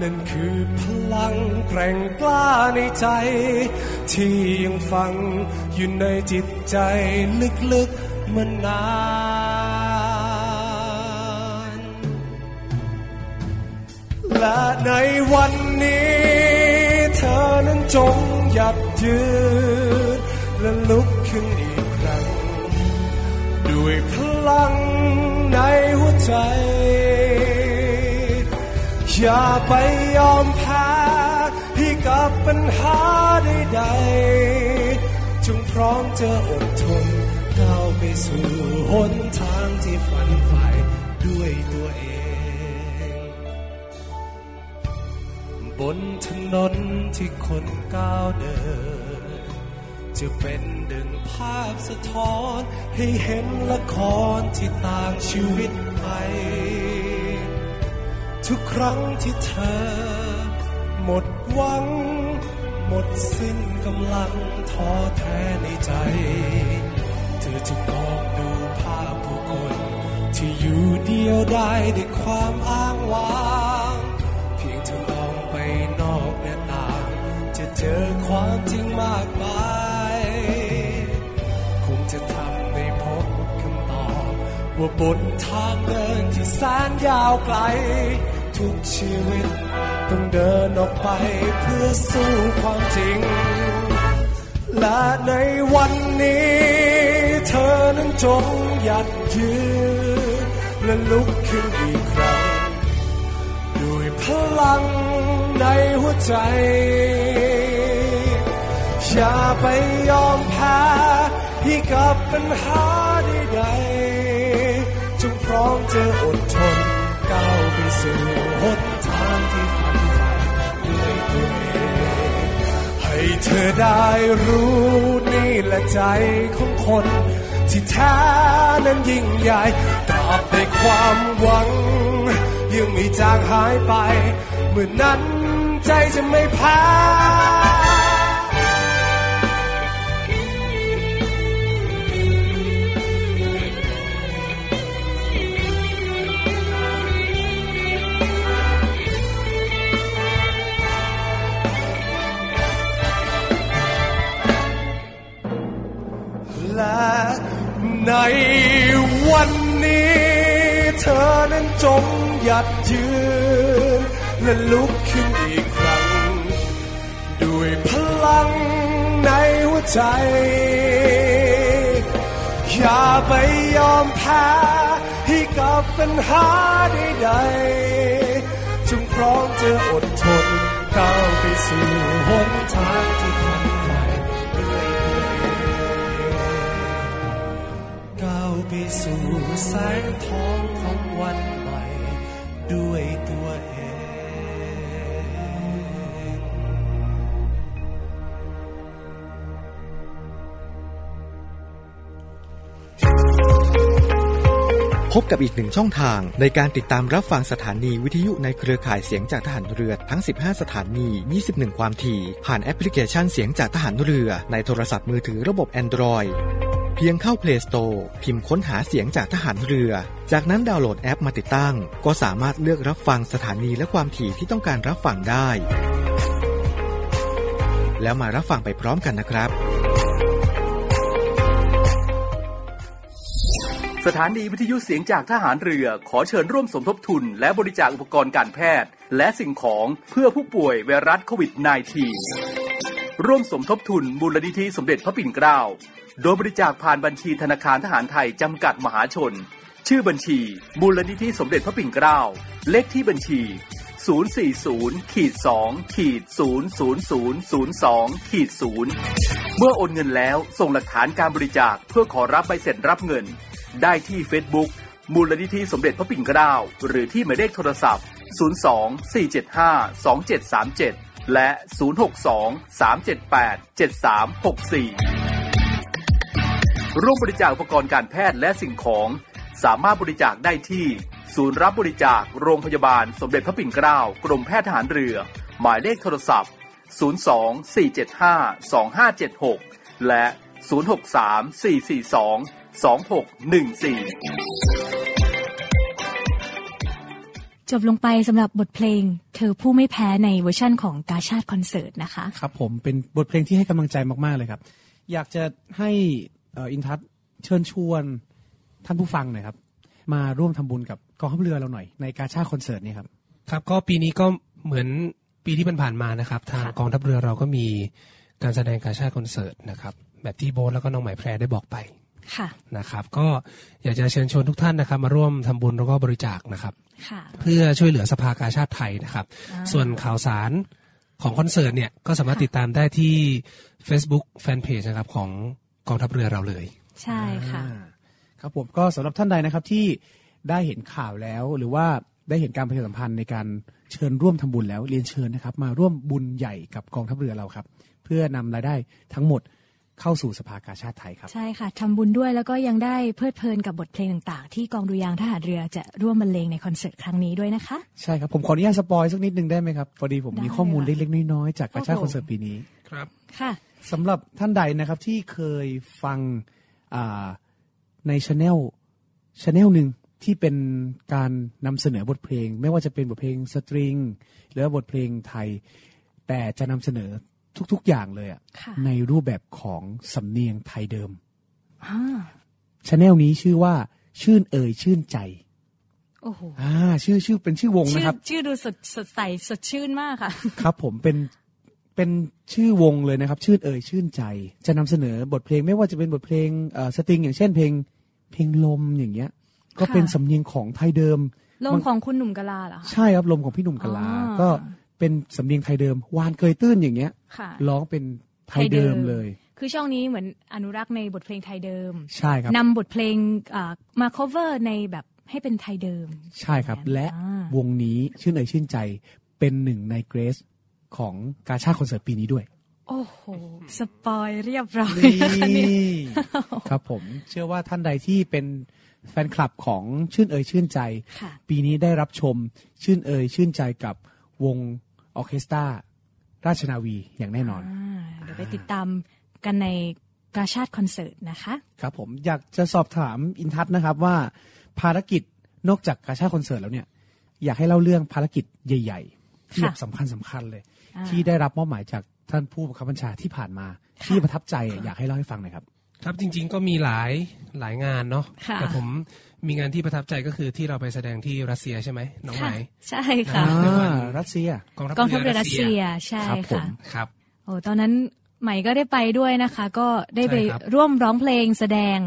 E: นั่นคือพลังแกร่งกล้าในใจ ที่ยังฝังอยู่ในจิตใจลึกๆมานาน ล และในวันนี้ เธอนั้นจงหยัดยืนและลุกขึ้นอีกครั้ง ด้วยพลังในหัวใจ อย่าไปยอมแพ้ให้กับปัญหาใดๆจงพร้อมจะอดทนก้าวไปสู่หนทางที่ฝันใฝ่ด้วยตัวเอง บนถนนที่คนก้าวเดิน จะเป็นดึงภาพสะท้อนให้เห็นละครที่ต่างชีวิตไป ทุกครั้งที่เธอ หมดหวัง หมดสิ้นกำลังท้อแท้ในใจ เธอจะมองดูภาพผู้คน ที่อยู่เดียวได้ด้วยความอ้างว้าง เพียงเธอมองไปนอกหน้าต่าง จะเจอความจริงมากมาย คงจะทำให้พบคำตอบ ว่าบนทางเดินที่แสนยาวไกล ทุกชีวิตต้องเดินออกไปเพื่อสู้ความจริง และในวันนี้ เธอนั้นจงหยัดยืนและลุกขึ้นอีกครั้ง ด้วยพลังในหัวใจ อย่าไปยอมแพ้ให้กับปัญหาใดๆจงพร้อมจะอดทนก้าวไปสู่หนทางที่ฝันใฝ่ด้วยตัวเองให้เธอได้รู้นี่แหละใจของคน ที่แท้นั้นยิ่งใหญ่ตราบในความหวัง ยังไม่จางหายไป เมื่อนั้นใจจะไม่แพ้ และในวันนี้ เธอนั้นจงหยัดยืน และลุกขึ้นอีกครั้ง ด้วยพลังในหัวใจ อย่าไปยอมแพ้ให้กับปัญหาใดๆจงพร้อมจะอดทนก้าวไปสู่หนทางที่ฝันใฝ่ด้วยตัวเอง ก้าวไปสู่แสงทองของวันใหม่ ด้วยตัวเอง
G: พบกับอีกหนึ่งช่องทางในการติดตามรับฟังสถานีวิทยุในเครือข่ายเสียงจากทหารเรือทั้ง 15 สถานี 21 ความถี่ ผ่านแอปพลิเคชันเสียงจากทหารเรือในโทรศัพท์มือถือระบบ Android เพียงเข้า Play Store พิมพ์ค้นหาเสียงจากทหารเรือ จากนั้นดาวน์โหลดแอปมาติดตั้ง ก็สามารถเลือกรับฟังสถานีและความถี่ที่ต้องการรับฟังได้ แล้วมารับฟังไปพร้อมกันนะครับ
H: สถานีวิทยุเสียงจากทหารเรือ ขอเชิญร่วมสมทบทุน และบริจาคอุปกรณ์การแพทย์ และสิ่งของเพื่อผู้ป่วยไวรัสโควิด -19 ร่วมสมทบทุนมูลนิธิสมเด็จพระปิ่นเกล้า โดยบริจาคผ่านบัญชีธนาคารทหารไทย จำกัดมหาชน ชื่อบัญชี มูลนิธิสมเด็จพระปิ่นเกล้า เลขที่บัญชี 040ขีด2ขีด00002ขีด0เมื่อโอนเงินแล้วส่งหลักฐานการบริจาคเพื่อขอรับใบเสร็จรับเงิน ได้ที่ Facebook มูลนิธิสมเด็จพระปิ่นเกล้า หรือที่หมายเลขโทรศัพท์ 02-475-2737 และ 062-378-7364 ร่วมบริจาคอุปกรณ์การแพทย์และสิ่งของ สามารถบริจาคได้ที่ ศูนย์รับบริจาคโรงพยาบาลสมเด็จพระปิ่นเกล้ากรมแพทย์ทหารเรือ หมายเลขโทรศัพท์ 024752576 และ 0634422614
C: จบลงไปสำหรับบทเพลง เธอผู้ไม่แพ้ในเวอร์ชั่นของกาชาติคอนเสิร์ตนะคะ
B: ครับผมเป็นบทเพลงที่ให้กำลังใจมาก ๆ เลยครับ อยากจะให้เอ่ออินทัศน์เชิญชวนท่านผู้ฟังหน่อยครับ มาร่วมทำบุญกับกองทัพเรือเราหน่อยในกาชาดคอนเสิร์ตนี้ครับ
F: ครับก็ปีนี้ก็เหมือนปีที่ผ่านๆมานะครับ ทางกองทัพเรือเราก็มีการแสดงการชาติคอนเสิร์ตนะครับแบบที่โบ๊ทแล้วก็น้องไหมายแพรได้บอกไป
C: ค่ะ
F: นะครับก็อยากจะเชิญชวนทุกท่านนะครับ มาร่วมทำบุญแล้วก็บริจาคนะครับ
C: ค่ะ
F: เพื่อช่วยเหลือสภากาชาติไทยนะครับ
C: อ่า
F: ส่วนข่าวสารของคอนเสิร์ตเนี่ยก็สามารถติดตามได้ที่ Facebook Fanpage นะครับของกองทัพเรือเราเลย
C: ใช่ค่ะ
B: อ่าครับผมก็สำหรับท่านใดนะครับที่ได้เห็นข่าวแล้วหรือว่าได้เห็นการประชาสัมพันธ์ในการเชิญร่วมทำบุญแล้วเรียนเชิญนะครับ มาร่วมบุญใหญ่กับกองทัพเรือเราครับ เพื่อนำรายได้ทั้งหมดเข้าสู่สภากาชาติไทยครับ
C: ใช่ค่ะทำบุญด้วยแล้วก็ยังได้เพลิดเพลินกับบทเพลงต่างๆ ที่กองดุริยางค์ทหารเรือจะร่วมบรรเลงในคอนเสิร์ตครั้งนี้ด้วยนะคะ
B: ใช่ครับ ผมขออนุญาตสปอยสักนิดนึงได้ไหมครับพอดีผม
C: ได้
B: มีข้อมูล
C: เลยค่ะ
B: เล็กๆน้อยๆจากกาชาติ
C: โอ้โห
B: คอนเสิร์ตปีนี้
F: ครับ
C: ค่ะ
B: สำหรับท่านใดนะครับที่เคยฟังอ่าในชาแนลชาแนลหนึ่งที่เป็นการนำเสนอบทเพลง ไม่ว่าจะเป็นบทเพลงสตริงหรือบทเพลงไทย แต่จะนำเสนอทุกๆอย่างเลยอะ
C: ค่ะ
B: ในรูปแบบของสำเนียงไทยเดิม
C: อ่า
B: ชาแนลนี้ชื่อว่าชื่นเอ่ยชื่นใจ
C: โอ้โห
B: อ่าชื่อชื่อเป็นชื่อวง
C: ชื่
B: นะ
C: อ
B: ครับ
C: ชื่อดูสดสดใสสดชื่นมากค่ะ
B: ครับผมเป็นเป็นชื่อวงเลยนะครับ ชื่นเอ่ยชื่นใจ จะนำเสนอบทเพลงไม่ว่าจะเป็นบทเพลงเอ่อสตริงอย่างเช่นเพลงเพลงลมอย่างเงี้ย ก็
C: ค่ะ
B: เป็นสำเนียงของไทยเดิม
C: *laughs* ลมของคุณหนุ่มกะลาเหรอคะ
B: ใช่ครับลมของพี่หนุ่มกะลา
C: อ๋อ
B: ก็เป็นสำเนียงไทยเดิม วานเกยตื้นอย่างเงี้ย
C: ค่ะ
B: ร้องเป็นไทยเดิม
C: ไทยเดิม
B: เลย
C: คือช่องนี้เหมือนอนุรักษ์ในบทเพลงไทยเดิม
B: ใช่ครับ
C: นำบทเพลงอ่ามา cover ในแบบให้เป็นไทยเดิม
B: ใช่ครับ และ
C: อ่า
B: วงนี้ชื่นเอ่ยชื่นใจเป็นหนึ่งในเกรสของกาชาดคอนเสิร์ตปีนี้ด้วย
C: โอ้โห สปอยเรียบร้อย
B: นี่
C: นะคะเนี่ย
B: ครับผมเชื่อว่าท่านใดที่เป็นแฟนคลับของชื่นเอ่ยชื่นใจ
C: ค่ะ
B: ปีนี้ได้รับชมชื่นเอ่ยชื่นใจกับวงออร์เคสตราราชนาวีอย่างแน่นอน
C: อ่าเดี๋ยวไปติดตามกันในกาชาติคอนเสิร์ตนะคะ
B: ครับผมอยากจะสอบถามอินทัศน์นะครับว่าภารกิจนอกจากกาชาดคอนเสิร์ตแล้วเนี่ย อยากให้เล่าเรื่องภารกิจใหญ่ ๆ ที่
C: ค่ะ
B: แบบสำคัญสำคัญๆเลย
C: อ่า
B: ที่ได้รับมอบหมายจากท่านผู้บังคับบัญชาที่ผ่านมา
C: ค่ะ
B: ที่ประทับใจอยากให้เล่าให้ฟังหน่อยครับ
F: ครับจริงๆก็มีหลายหลายงานเนาะ
C: ค่ะ
F: แต่ผมมีงานที่ประทับใจก็คือที่เราไปแสดงที่รัสเซียใช่ไหมน้องไหม
C: ค่ะใช่ค่ะ
F: อ่า
B: อ่ารัสเซีย
C: กองทัพเรือรัสเซียใช่
B: ครับผ
C: ค่ะ
B: ม
F: ครับ
C: โอ้ตอนนั้นใหม่ก็ได้ไปด้วยนะคะ ก็ได้ไป
F: ใช่ครับ
C: ร่วมร้องเพลงแสดง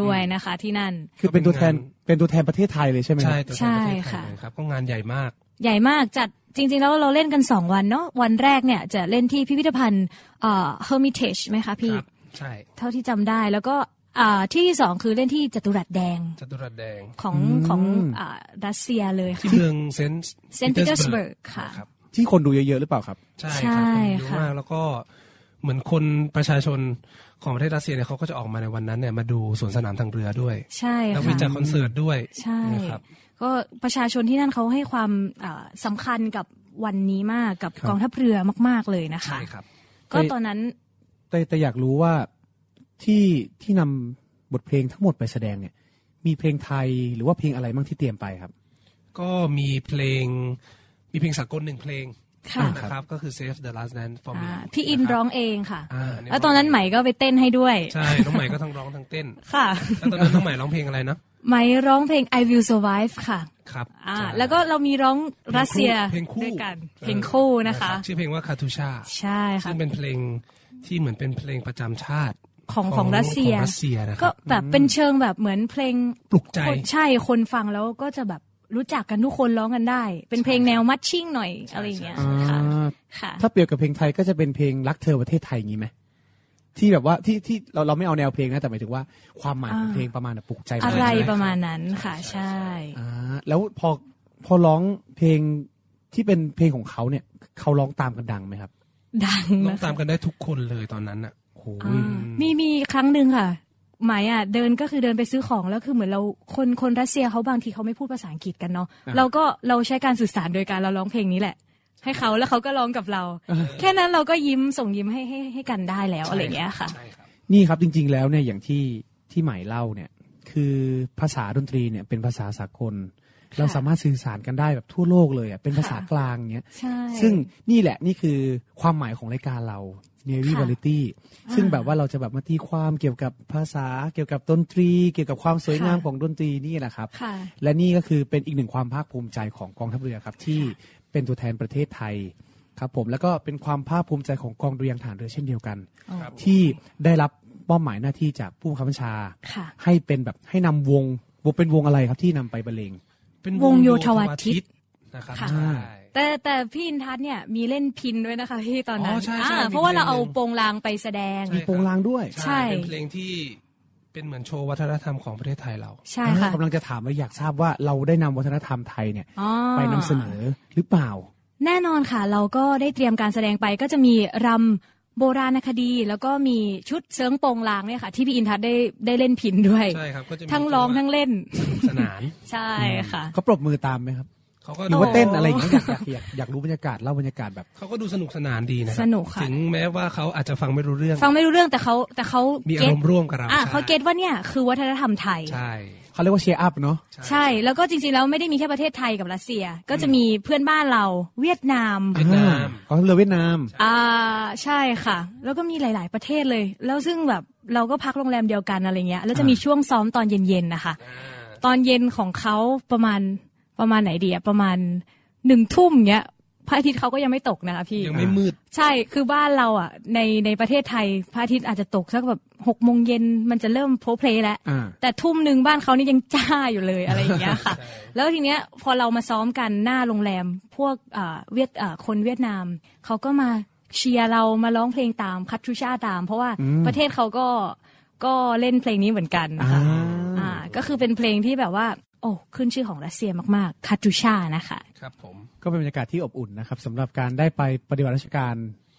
C: ด้วยนะคะที่นั่น
B: คือเป็นตัวแทน
F: ก็เป็นงาน
B: เป็นตัวแทนประเทศไทยเลยใช่ไหมค
F: ใช่
B: รับ
F: ตัวแทนประเทศไท
C: ใช่
F: ย
C: ค่ะ
F: เลยครับก็งานใหญ่มาก
C: ใหญ่มากจัดจริง ๆ แล้วเราเล่นกัน 2 วันเนาะวันแรกเนี่ยจะเล่นที่พิพิธภัณฑ์เอ่อ Hermitage ไหมคะพี่
F: ครับ ใช่
C: เท่าที่จำได้แล้วก็อ่าที่ที่สองคือเล่นที่จัตุรัสแดง
F: จัตุรัสแดง
C: ของของอ่ารัสเซียเลย
F: ที่
C: ค่ะ
F: เมืองเซนต์
C: Saint Petersburg ค่ะ
F: รับ
B: ที่คนดูเยอะๆหรือเปล่าครับ
F: ใช่
C: ใช่
F: ครับคนเยอะ
C: ค่ะ
F: มากแล้วก็เหมือนคนประชาชนของประเทศรัสเซียเนี่ยเขาก็จะออกมาในวันนั้นเนี่ยมาดูสวนสนามทางเรือด้วย
C: ใช่
F: แล้ว
C: ค่ะ
F: มีจัดคอนเสิร์ตด้วย
C: ใช่
F: นะครับ
C: ก็ประชาชนที่นั่นเขาให้ความเอ่อสำคัญกับวันนี้มากกับ
B: ครับ
C: กองทัพเรือมาก ๆ เลยนะคะ
F: ใช่ครับ
C: ก็ตอนนั้น
B: แต่แต่อยากรู้ว่าที่ที่นำบทเพลงทั้งหมดไปแสดงเนี่ย มีเพลงไทยหรือว่าเพลงอะไรบ้างที่เตรียมไปครับ
F: ก็มีเพลงมีเพลงสากลหนึ่งเพลง
C: ค่ะ
F: นะครับก็คือ Save the Last Dance for Me
C: อ่าพี่อินร้องเองค่ะ
F: อ่าเย
C: แล้วตอนนั้นไหมก็ไปเต้นให้ด้วย
F: ใช่น้องใหม่ก็ทั้งร้องทั้งเต้น
C: ค่ะ
F: แล้วตอนนั้นน้องใหม่ร้องเพลงอะไรนะ
C: ไหมร้องเพลง I Will Survive ค่ะ
F: ครับ
C: อ่า
F: ใช่
C: แล้วก็เรามีร้อง
F: พลงคู่
C: รัสเซีย
F: เพลงคู่
C: ด้วยกัน
F: ออ
C: เพลงคู่นะคะ
F: รับชื่อเพลงว่าคาทูชา
C: ใช่ค่ะ
F: ซึ่งเป็นเพลงที่เหมือนเป็นเพลงประจำชาติ
C: ของของรัสเซีย
F: ของรัสเซียนะค
C: ก็
F: รับ
C: แบบเป็นเชิงแบบเหมือนเพลง
F: ปลุกใจ
C: คนใช่คนฟังแล้วก็จะแบบรู้จักกันทุกคนร้องกันได้ เป็นเพลงแนวมัชชิ่งหน่อยอะไรอย่างเงี้ยค่ะค่ะ
B: ถ้าเปรียบกับเพลงไทยก็จะเป็นเพลงรักเธอประเทศไทยอย่างนี้ไหมที่แบบว่าที่ที่เราเราไม่เอาแนวเพลงนะแต่หมายถึงว่าความหมายของ
C: อ่า
B: เพลงประมาณแบบปลุกใจ
C: อะ
B: ปาณ
C: ไร
B: นั้นใช่หม
C: ประมาณนั้นค่ะใช่
B: อ่าแล้วพอพอร้องเพลงที่เป็นเพลงของเขาเนี่ยเขาร้องตามกันดังไหมครับ
C: ดัง
F: ร้อง
C: นะ
F: ตา
C: คะ
F: มกันได้ทุกคนเลยตอนนั้นอ่ะ
B: โอ้โห
C: อ่ามีมีครั้งหนึ่งค่ะหมายอ่ะเดินก็คือเดินไปซื้อของแล้วคือเหมือนเราคนคนรัสเซียเขาบางทีเขาไม่พูดภาษาอังกฤษกันเนาะเราก็เราใช้การสื่อสารโดยการเราร้องเพลงนี้แหละ ให้เขาแล้วเขาก็ร้องกับ *laughs* เรา แค่นั้นเราก็ยิ้มส่งยิ้มให้ให้ให้กันได้แล้วอะไรอย่างเงี้ยค่ะ
F: ใช่ครับ
B: นี่ครับจริง ๆ แล้วเนี่ยอย่างที่ที่ใหม่เล่าเนี่ย คือภาษาดนตรีเนี่ยเป็นภาษาสากล เราสามารถสื่อสารกันได้แบบทั่วโลกเลยอ่ะเป็นภาษากลางเงี้ย
C: ใช่
B: ซึ่งนี่แหละนี่คือความหมายของรายการเรา Navy
C: ค่ะ
B: Variety ซึ่งแบบว่าเราจะแบบมาตีความเกี่ยวกับภาษา เกี่ยวกับดนตรี เกี่ยวกับความสวยงาม
C: ค่ะ
B: ของดนตรีนี่แหละครับ
C: ค่ะ
B: และนี่ก็คือเป็นอีกหนึ่งความภาคภูมิใจของกองทัพเรือครับ ที่เป็นตัวแทนประเทศไทยครับผมแล้วก็เป็นความภาคภูมิใจของกองเรือยางฐานเรือเช่นเดียวกัน
C: อ๋อครับ
B: ที่ได้รับมอบหมายหน้าที่จากผู้บังคับบัญชา
C: ค่ะ
B: ให้เป็นแบบให้นำวงวงเป็นวงอะไรครับที่นำไปบรรเลง
E: เป็น
C: วงโยธวาทิต
E: นะครับ
C: ค่ะ
E: ใช่
C: แต่แต่พี่อินทัศน์เนี่ยมีเล่นพินด้วยนะคะพี่ตอนนั้
E: อ๋
C: น
E: อใช่ใช่
C: อ่า
E: มี
C: เพราะว่าเราเอา
E: เพลงหนึ่ง
C: โปงลางไปแสดง
E: ใช่
B: มีโปรงลางด้วย
C: ใช่
E: เป็นเพลงที่เป็นเหมือนโชว์วัฒนธรรมของประเทศไทยเรา
C: ใช่
B: อ่า
C: ค่ะ
B: กำลังจะถามว่าอยากทราบว่าเราได้นำวัฒนธรรมไทยเนี่ย
C: อ๋อ
B: ไปนำเสนอหรือเปล่า
C: แน่นอนค่ะ เราก็ได้เตรียมการแสดงไปก็จะมีรำโบราณคดี แล้วก็มีชุดเสิร์งโปงลางเนี่ยค่ะ ที่พี่อินทัศน์ได้ได้เล่นพินด้วย
E: ใช่ครับก็จะมี
C: ทั้งร้องทั้งเล่น
E: สนาน
C: ใช่ค่ะ
B: เขาปรบมือตามไหมครับ
E: เขาก็
B: หรือว่าเต้นอะไรอย่างเงี้ยอยากอยากอยากอยากรู้บรรยากาศเล่าบรรยากาศแบบ
E: เขาก็ดูสนุกสนานดีนะรับ
C: สนุกค่ะ
E: ถึงแม้ว่าเขาอาจจะฟังไม่รู้เรื่อง
C: ฟังไม่รู้เรื่องแต่เขาแต่เขา
E: มีอา
C: เก็ต
E: รมณ์ร่วมกับเรา
C: อ่ะ
E: ใช่
C: เขาเก็ตว่าเนี่ยคือวัฒนธรรมไทย
E: ใช่
B: เขาเรียกว่าเชียร์อัพเนาะ
C: ใช่แล้วก็จริงๆแล้วไม่ได้มีแค่ประเทศไทยกับรัสเซีย ก็จะมีเพื่อนบ้านเราเวียดนาม
E: เวียดนาม
B: อ่เขาเรือเวียดนาม
C: อ่าใช่ค่ะ แล้วก็มีหลาย ๆ ประเทศเลย แล้วซึ่งแบบเราก็พักโรงแรมเดียวกันอะไรเงี้ย แล้วจะมีช่วงซ้อมตอนเย็น ๆ นะคะ ตอนเย็นของเขาประมาณประมาณไหนดีอะประมาณหนึ่งทุ่มเงี้ยพระอาทิตย์เขาก็ยังไม่ตกนะคะพี่
E: ยังไม่มืด
C: ใช่คือบ้านเราอ่ะ ในในประเทศไทยพระอาทิตย์อาจจะตกสักแบบหกโมงเย็นมันจะเริ่มโพลเพลแล้ว
B: อ่า
C: แต่ทุ่มหนึ่งบ้านเขานี่ยังจ้าอยู่เลยอะไรอย่างเงี้ยค่ะ แล้วทีเนี้ยพอเรามาซ้อมกันหน้าโรงแรมพวกเอ่อเวียดเอ่อคนเวียดนาม เขาก็มาเชียร์เรามาร้องเพลงตามคัตชูชาตาม เพราะว่า
B: อืม
C: ประเทศเขาก็ก็เล่นเพลงนี้เหมือนกันนะ
B: อ่า
C: คะอ่าก็คือเป็นเพลงที่แบบว่า โอ้ขึ้นชื่อของรัสเซียมากๆคัตชูชานะคะ
E: ครับผม
B: ก็เป็นบรรยากาศที่อบอุ่นนะครับสำหรับการได้ไปปฏิบัติราชการ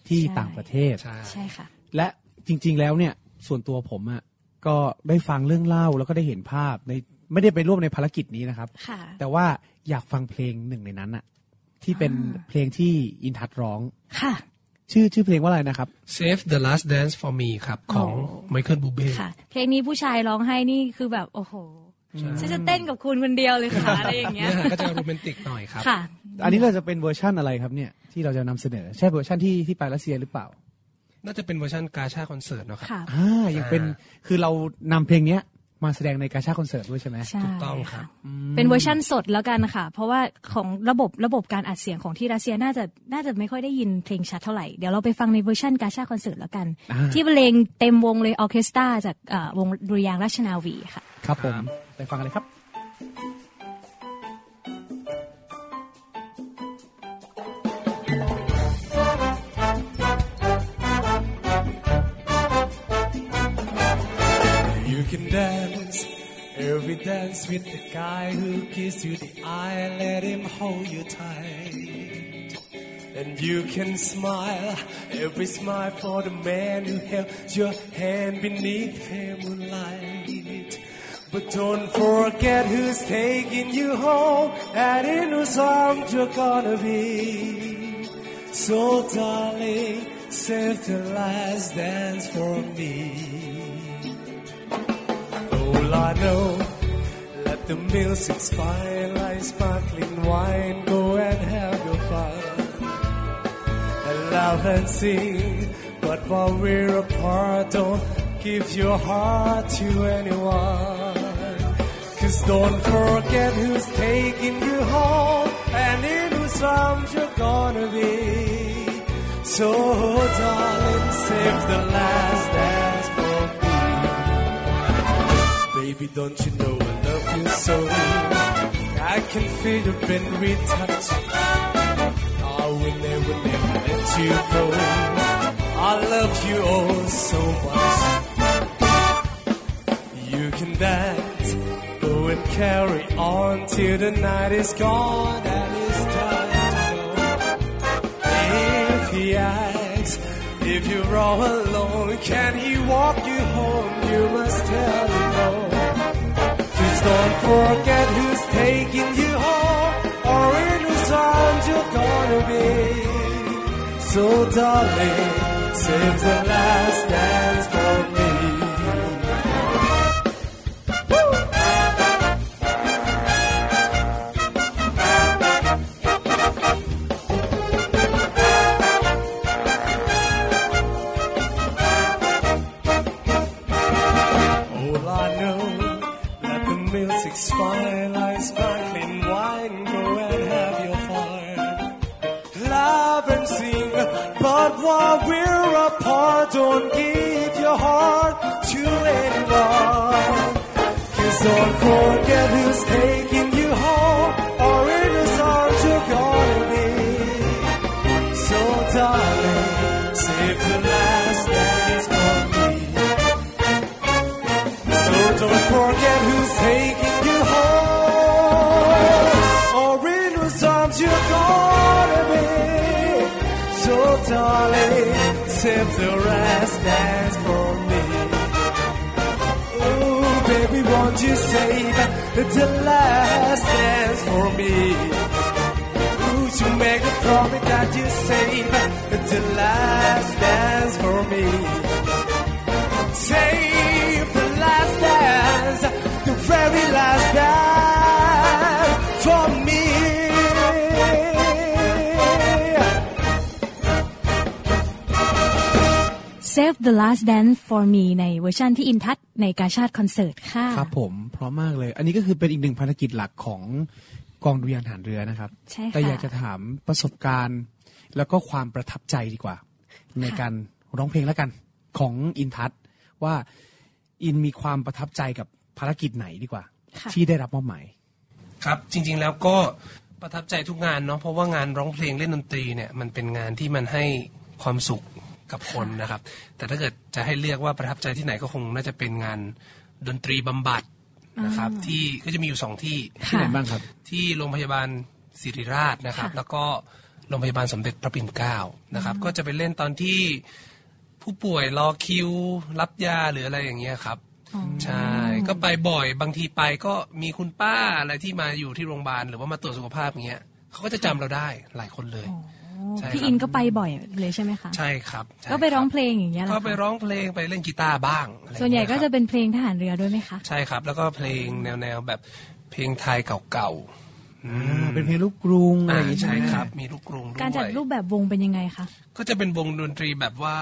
B: ที่
C: ใช่
B: ต่างประเทศ
E: ใช่
C: ใช่ค่ะ
B: และจริง ๆ แล้วเนี่ย ส่วนตัวผมอะ่ะก็ได้ฟังเรื่องเล่าแล้วก็ได้เห็นภาพในไม่ได้ไปร่วมในภารกิจนี้นะครับ
C: ค่ะ
B: แต่ว่าอยากฟังเพลงหนึ่งในนั้นอะ่ะ ที่เป็นเพลงที่อินทัศน์ร้อง
C: ค่ะ
B: ชื่อชื่อเพลงว่าอะไรนะครับ
E: Save the last dance for me ครับ ของ Michael Bublé
C: ค่ะ เพลงนี้ผู้ชายร้องให้นี่คือแบบโอ้โห
E: ใช่
C: ฉันจะเต้นกับคุณคนเดียวเลยค่ะอะไรอย่างเงี้
E: เนื้
C: ย
E: อหาก็จะโรแมนติกหน่อยครับ
C: ค่ะ
B: อันนี้เราจะเป็นเวอร์ชั่นอะไรครับเนี่ยที่เราจะนำเสนอใช่เวอร์ชั่นที่ที่ไปรัสเซียหรือเปล่า
E: น่าจะเป็นเวอร์ชันกาชาคอนเสิร์ตเนาะครับ
C: ค่ะ
B: อ่ายังเป็น
E: อ่า
B: คือเรานำเพลงเนี้ยมาแสดงในกาชาดคอนเสิร์ตด้วยใช่ไหม
C: ใช่
E: ถูกต้องครับ
C: ะเป็นเวอร์ชั่นสดแล้วกันค่ะ เพราะว่าของระบบระบบการอัดเสียงของที่รัสเซียน่าจะน่าจะไม่ค่อยได้ยินเพลงชัดเท่าไหร่เดี๋ยวเราไปฟังในเวอร์ชันกาชาคอนเสิร์ตแล้วกัน
B: อ่า
C: ที่บรรเลงเต็มวงเลยออร์เคสตราจากเอ่อวงดุริยางค์ราชนาวีค่ะ
B: ครับผมไปฟังกันเลยครับ
E: You can dance every dance with the guy who gives you the eye, let him hold you tight. And you can smile every smile for the man who held your hand beneath the moonlight. But don't forget who's taking you home and in whose arms you're gonna be. So darling, save the last dance for me. All I know, let the music spine like sparkling wine. Go and have your fun. And laugh and sing, but while we're apart, don't give your heart to anyone. Cause don't forget who's taking you home and in whose arms you're gonna be. So darling, save the last dance for me. Baby, don't you know I love you so? I can feel you when we touch. I will never, never let you go. I love you all so much. You can dance, go and carry on till the night is gone and it's time to go. If he asks if you're all alone, can he walk you home? You must tell him no. Please don't forget who's taking you home, or in whose arms you're gonna be. So darling, save the last dance for me. apart. Don't give your heart to anyone. Cause don't forget who's taking you home. Or in his arms you're gonna be. So darling, save the last dance for me. So don't forget who's taking you home. Or in whose arms you're gonna be. So darling, save the last dance for me. Oh, baby, won't you say that it's the last dance for me? Would you make a promise that you say that it's the last dance for me? Save the last dance, the very last dance for me.
C: Save the last dance for me ในเวอร์ชันที่อินทัศน์ในกาชาดคอนเสิร์ตค่ะ
B: ครับผมพร้อมมากเลย อันนี้ก็คือเป็นอีกหนึ่งภารกิจหลักของกองดุริยางค์ทหารเรือนะครับ
C: ใช่ค่ะ
B: แต่อยากจะถามประสบการณ์ แล้วก็ความประทับใจดีกว่า ในการร้องเพลงแล้วกัน ของอินทัศน์ว่าอินมีความประทับใจกับภารกิจไหนดีกว่า
C: ค่ะ
B: ที่ได้รับมอบหมาย
F: ครับจริงๆแล้วก็ประทับใจทุกงานเนาะเพราะว่างานร้องเพลงเล่นดนตรีเนี่ยมันเป็นงานที่มันให้ความสุขกับคนนะครับ แต่ถ้าเกิดจะให้เลือกว่าประทับใจที่ไหนก็คงน่าจะเป็นงานดนตรีบำบัดนะครับ ที่ก็จะมีอยู่สองที่
B: ที่ไหนบ้างครับ
F: ที่โรงพยาบาลศิริราชนะครับ แล้วก็โรงพยาบาลสมเด็จพระปิ่นเกล้านะครับ ก็จะไปเล่นตอนที่ผู้ป่วยรอคิว รับยาหรืออะไรอย่างเงี้ยครับ ใช่ ก็ไปบ่อยบางทีไปก็มีคุณป้าอะไรที่มาอยู่ที่โรงพยาบาลหรือว่ามาตรวจสุขภาพอย่างเงี้ยเขาก็จะจำเราได้หลายคนเลย ใช่
C: พี่
F: ครับ
C: อินก็ไปบ่อยเลยใช่ไหมคะ
F: ใช่ครับใช่
C: ก็ไปร้อง
F: ค
C: เพลงอย่างเงี้ย
F: บ
C: เหรอ
F: ก็
C: คะ
F: ไปร้องเพลงไปเล่นกีตาร์บ้างอไร
C: ส่วนใหญ่
F: อย่าง
C: ก็
F: เงี้ย
C: จะ
F: ครับ
C: เป็นเพลงทหารเรือด้วยไหมคะ
F: ใช่ครับ แล้วก็เพลงแนวแนวๆแบบเพลงไทยเก่าๆอืม
B: เป็นเพลงลูกกรุงอะไร
F: อ่า
B: อย่างงี้
F: ใช่
B: ไหม
F: ครับ มีลูกกรุงด้วย
C: การจัดรูปแบบวงเป็นยังไงคะ
F: ก็จะเป็นวงดนตรีแบบว่า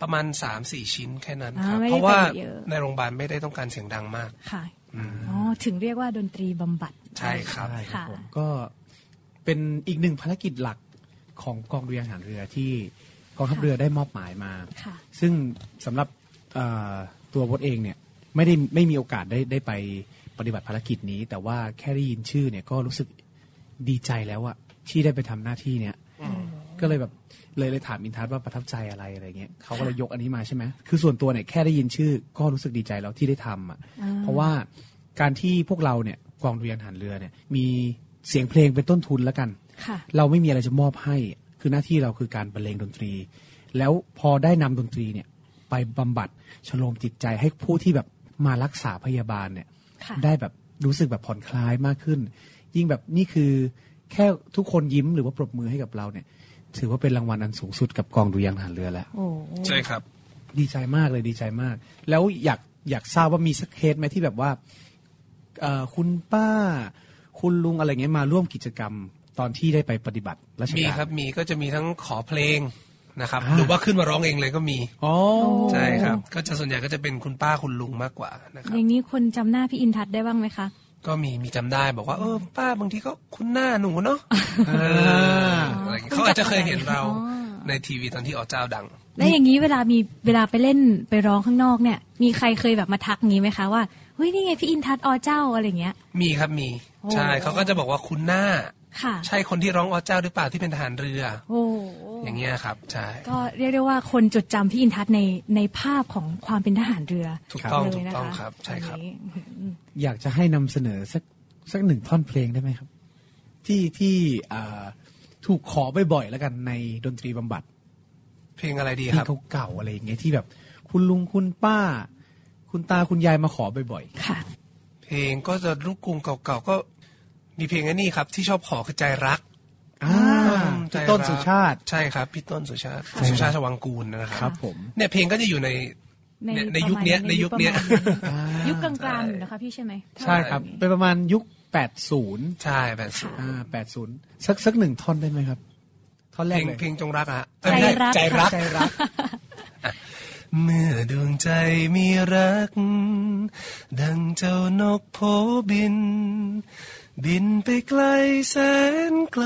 F: ประมาณ 3 4 ชิ้นแค่นั้นครับ
C: อ่าไม่ได้
F: เพราะว่า
C: ไปเยอะ
F: ในโรงพยาบาลไม่ได้ต้องการเสียงดังมาก
C: ค่ะอ๋อถึงเรียกว่าดนตรีบำบัด
F: ใช่ครับ
B: ใช่ครับ
C: ค่ะ
B: ผมก็เป็นอีกหนึ่งภารกิจหลักของกองดุริยางค์ทหารเรือที่กองทัพเรือได้มอบหมายมา
C: ค่ะ
B: ซึ่งสำหรับเอ่อตัววดเองเนี่ยไม่ได้ไม่มีโอกาสได้ได้ไปปฏิบัติภารกิจนี้ แต่ว่าแค่ได้ยินชื่อเนี่ยก็รู้สึกดีใจแล้วอะที่ได้ไปทำหน้าที่เนี่ยก็เลยแบบเลยเลยถามอินทัศน์ว่าประทับใจอะไรอะไรเงี้ยเขาก็เลยยกอันนี้มาใช่ไหมคือส่วนตัวเนี่ยแค่ได้ยินชื่อก็รู้สึกดีใจแล้วที่ได้ทำอะ
C: อ่า
B: เพราะว่าการที่พวกเราเนี่ยกองเรียนหันเรือเนี่ยมีเสียงเพลงเป็นต้นทุนแล้วกัน
C: ค่ะ
B: เราไม่มีอะไรจะมอบให้ คือหน้าที่เราคือการบรรเลงดนตรี แล้วพอได้นำดนตรีเนี่ย ไปบำบัดชโลมจิตใจให้ผู้ที่แบบมารักษาพยาบาลเนี่ย
C: ค่ะ
B: ได้แบบรู้สึกแบบผ่อนคลายมากขึ้น ยิ่งแบบนี่คือแค่ทุกคนยิ้มหรือว่าปรบมือให้กับเราเนี่ย ถือว่าเป็นรางวัลอันสูงสุดกับกองดุริยางค์ทหารเรือแล้ว
C: โอ้
F: ใช่ครับ
B: ดีใจมากเลยดีใจมาก แล้วอยากอยากทราบว่ามีสักเคสไหมที่แบบว่าเอ่อคุณป้า คุณลุงอะไรเงี้ยมาร่วมกิจกรรมตอนที่ได้ไปปฏิบัติราช
F: มี
B: การ
F: ครับมีก็จะมีทั้งขอเพลงนะครับ
B: อ่า
F: หรือว่าขึ้นมาร้องเองเลยก็มี
B: อ๋อ
F: ใช่ครับ ก็จะส่วนใหญ่ก็จะเป็นคุณป้าคุณลุงมากกว่านะครับ
C: อย่างนี้คนจำหน้าพี่อินทัศน์ได้บ้างไหมคะ
F: ก็มีมีจำได้บอกว่าเออป้าบางทีก็คุ้นหน้าหนูเนาะเอออะไรอย่างเงี้ยเขาอาจจะเคยเห็นเรา
C: อ๋อ
F: ในทีวีตอนที่ออกเจ้าดัง
C: และอย่างนี้เวลามีเวลาไปเล่นไปร้องข้างนอกเนี่ย มีใครเคยแบบมาทักงี้ไหมคะว่าเฮ้ยนี่ไงพี่อินทัศน์อเจ้าอะไรอย่างเงี้ย
F: มีครับมี ใช่
C: โอ้
F: เขาก็จะบอกว่าคุณหน้า
C: ค่ะ
F: ใช่คนที่ร้องอเจ้าหรือเปล่าที่เป็นทหารเรือ
C: โอ้
F: อย่างเงี้ยครับ ใช่
C: ก็เรียกได้ว่าคนจดจำพี่อินทัศน์ในในภาพของความเป็นทหารเรือ
F: ถูกต้อง
C: เล
F: ถู
C: ย
F: ก
C: นะะ
F: ต้องครับ ใช่ครับ
C: อันนี้
B: อยากจะให้นำเสนอสักสักหนึ่งท่อนเพลงได้ไหมครับ ที่ที่อ่าถูกขอบ่อยๆแล้วกันในดนตรีบำบัด
F: เพลงอะไรดี
B: ที่
F: ครับ
B: เก่าๆอะไรอย่างเงี้ยที่แบบ คุณลุงคุณป้า คุณตาคุณยายมาขอบ่อย
C: ค่ะ
F: เพลงก็จะลูกกรุงเก่าๆก็ มีเพลงอันนี้ครับ ที่ชอบขอคือใจรัก
B: ๆอ่า
F: ใจรัก
B: ต้นสุชาติ
F: ใช่ครับ พี่ต้นสุชาติ
B: ค่ะ
F: สุชาติชวังกูลนะครับ
B: ครับผม
F: เนี่ยเพลงก็จะอยู่ใน เนี่ยในยุคเนี้ย
C: ประมาณ
F: ในยุคเนี้ย
C: ประมาณนี้ยุคกลางๆอยู่นะคะพี่ใช่ไหม
B: ใช่ครับ เป็นประมาณยุค 80
F: ใช่แบบสุด
B: อ่า 80 สักสักหนึ่งท่อนได้ไหมครับ ท่อนแร
F: เพล
B: ก
F: ง
B: เลย
F: เพลงจงรักอะฮะ
C: ใจรัก
F: ใจรัก
B: ใจรัก
F: เมื่อดวงใจมีรัก ดังเจ้านกโผบิน บินไปไกลแสนไกล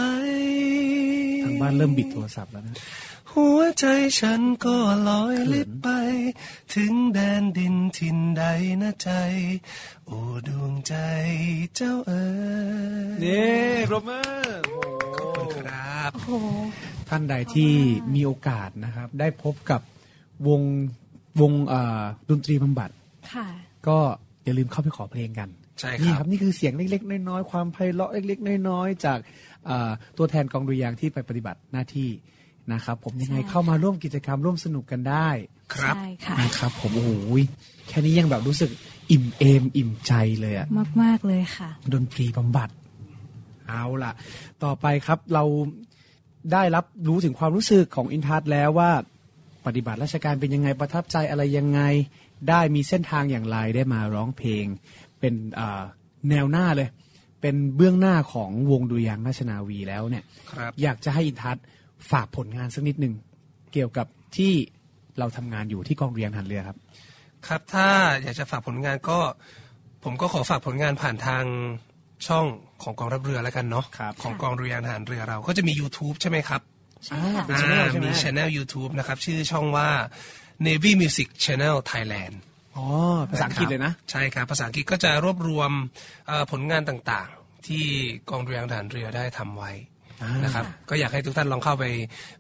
B: ทางบ้านเริ่มบิดโทรศัพท์แล้วนะ
F: ห
E: หัวใจฉันก็ลอยลิบไป ถึงแดนดินทินใดนะใจ โอ้ดวงใจเจ้าเอ๋ย
B: นี่ปรบมือ
F: ขอบคุณครับ
C: โอ้โห
B: ท่านใดที่มีโอกาสนะครับ ได้พบกับวงวงเอ่อดนตรีบำบัด
C: ค่ะ
B: ก็อย่าลืมเข้าไปขอเพลงกัน
F: ใช่ครับ
B: นี่ครับ นี่คือเสียงเล็ก ๆ น้อยๆ ความไพเราะเล็ก ๆ น้อยๆ จากเอ่อตัวแทนกองดุริยางค์ที่ไปปฏิบัติหน้าที่นะครับ ผมยังไง
C: ใช่
B: เข้ามาร่วมกิจกรรมร่วมสนุกกันได้
F: ครับ
C: ใช่ค่ะ
B: นะครับ ผมโอ้โหแค่นี้ยังแบบรู้สึกอิ่มเอมอิ่มใจเลยอะ
C: มาก ๆ เลยค่ะ
B: ดนตรีบำบัด เอาล่ะ ต่อไปครับเราได้รับรู้ถึงความรู้สึกของอินทัศแล้วว่า ปฏิบัติราชการเป็นยังไงประทับใจอะไรยังไง ได้มีเส้นทางอย่างไรได้มาร้องเพลง เป็นเอ่อแนวหน้าเลย เป็นเบื้องหน้าของวงดุริยางค์ราชนาวีแล้วเนี่ย
F: ครับ
B: อยากจะให้อินทัศฝากผลงานสักนิดหนึ่งเกี่ยวกับที่เราทำงานอยู่ที่กองเรียงหันเรือครับ
F: ครับ ถ้าอยากจะฝากผลงานก็ ผมก็ขอฝากผลงานผ่านทางช่องของกองทัพเรือแล้วกันเนาะ
B: ครับ
F: ของกองเรือยางทหารเรือเราก็จะมี YouTube ใช่ไหมครับ
C: ใช่ค่ะ
B: อ่า เป็น channel ใช่ไหม
F: มีช anel YouTube นะครับ ชื่อช่องว่า Navy Music Channel Thailand
B: อ๋อภาษาอังกฤษเลยนะ
F: ใช่ครับ ภาษาอังกฤษก็จะรวบรวมเอ่อผลงานต่างๆ ที่กองเรือยางทหารเรือได้ทำไว้
B: อ่าน
F: นะครับ ก็อยากให้ทุกท่านลองเข้าไป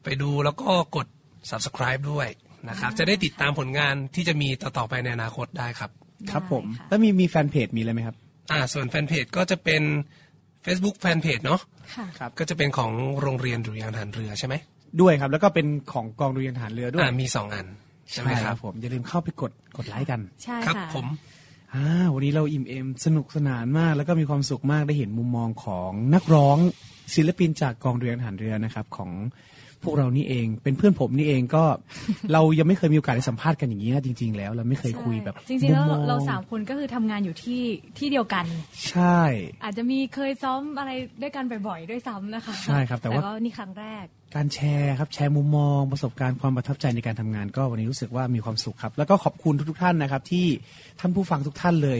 F: ไปดูแล้วก็กด subscribe ด้วยนะครับ จะได้ติดตามผลงานที่จะมีต่อๆไปในอนาคตได้ครับ
B: ครับผม
C: ได้ค่ะ
B: แล้วมีมีแฟนเพจมีอะไรไหมครับ
F: อ่าส่วนแฟนเพจก็จะเป็น Facebook แฟนเพจเนาะ
C: ค่ะ
B: ครับ
F: ก็จะเป็นของโรงเรียนดุริยางค์ทหารเรือใช่ไหม
B: ด้วยครับ แล้วก็เป็นของกองดุริยางค์ทหารเรือด้วย
F: อ่ามีสองอัน ใช่ไหมครับ
B: ผมอย่าลืมเข้าไปกดกดไลค์กัน
C: ใช่
F: ครับ
C: ค่ะ
F: ผม
B: อ่าวันนี้เราอิ่มเอมสนุกสนานมาก แล้วก็มีความสุขมากได้เห็นมุมมองของนักร้องศิลปินจากกองดุริยางค์ทหารเรือนะครับของพวกเรานี่เอง เป็นเพื่อนผมนี่เองก็ *laughs* เรายังไม่เคยมีโอกาสได้สัมภาษณ์กันอย่างนี้นะจริง ๆ แล้วเราไม่เคยคุยแบบ
C: จริงๆ แล้ว
B: มุมมอ
C: เราสามคนก็คือทำงานอยู่ที่ที่เดียวกัน
B: ใช่
C: อาจจะมีเคยซ้อมอะไรด้วยกันบ่อยๆ ด้วยซ้ำนะคะ
B: ใช่ครับแต่ว่า
C: นี่ครั้งแรก
B: การแชร์ครับแชร์มุมมองประสบการณ์ความประทับใจในการทำงานก็วันนี้รู้สึกว่ามีความสุขครับ แล้วก็ขอบคุณทุกๆท่านนะครับ ที่ท่านผู้ฟังทุกท่านเลย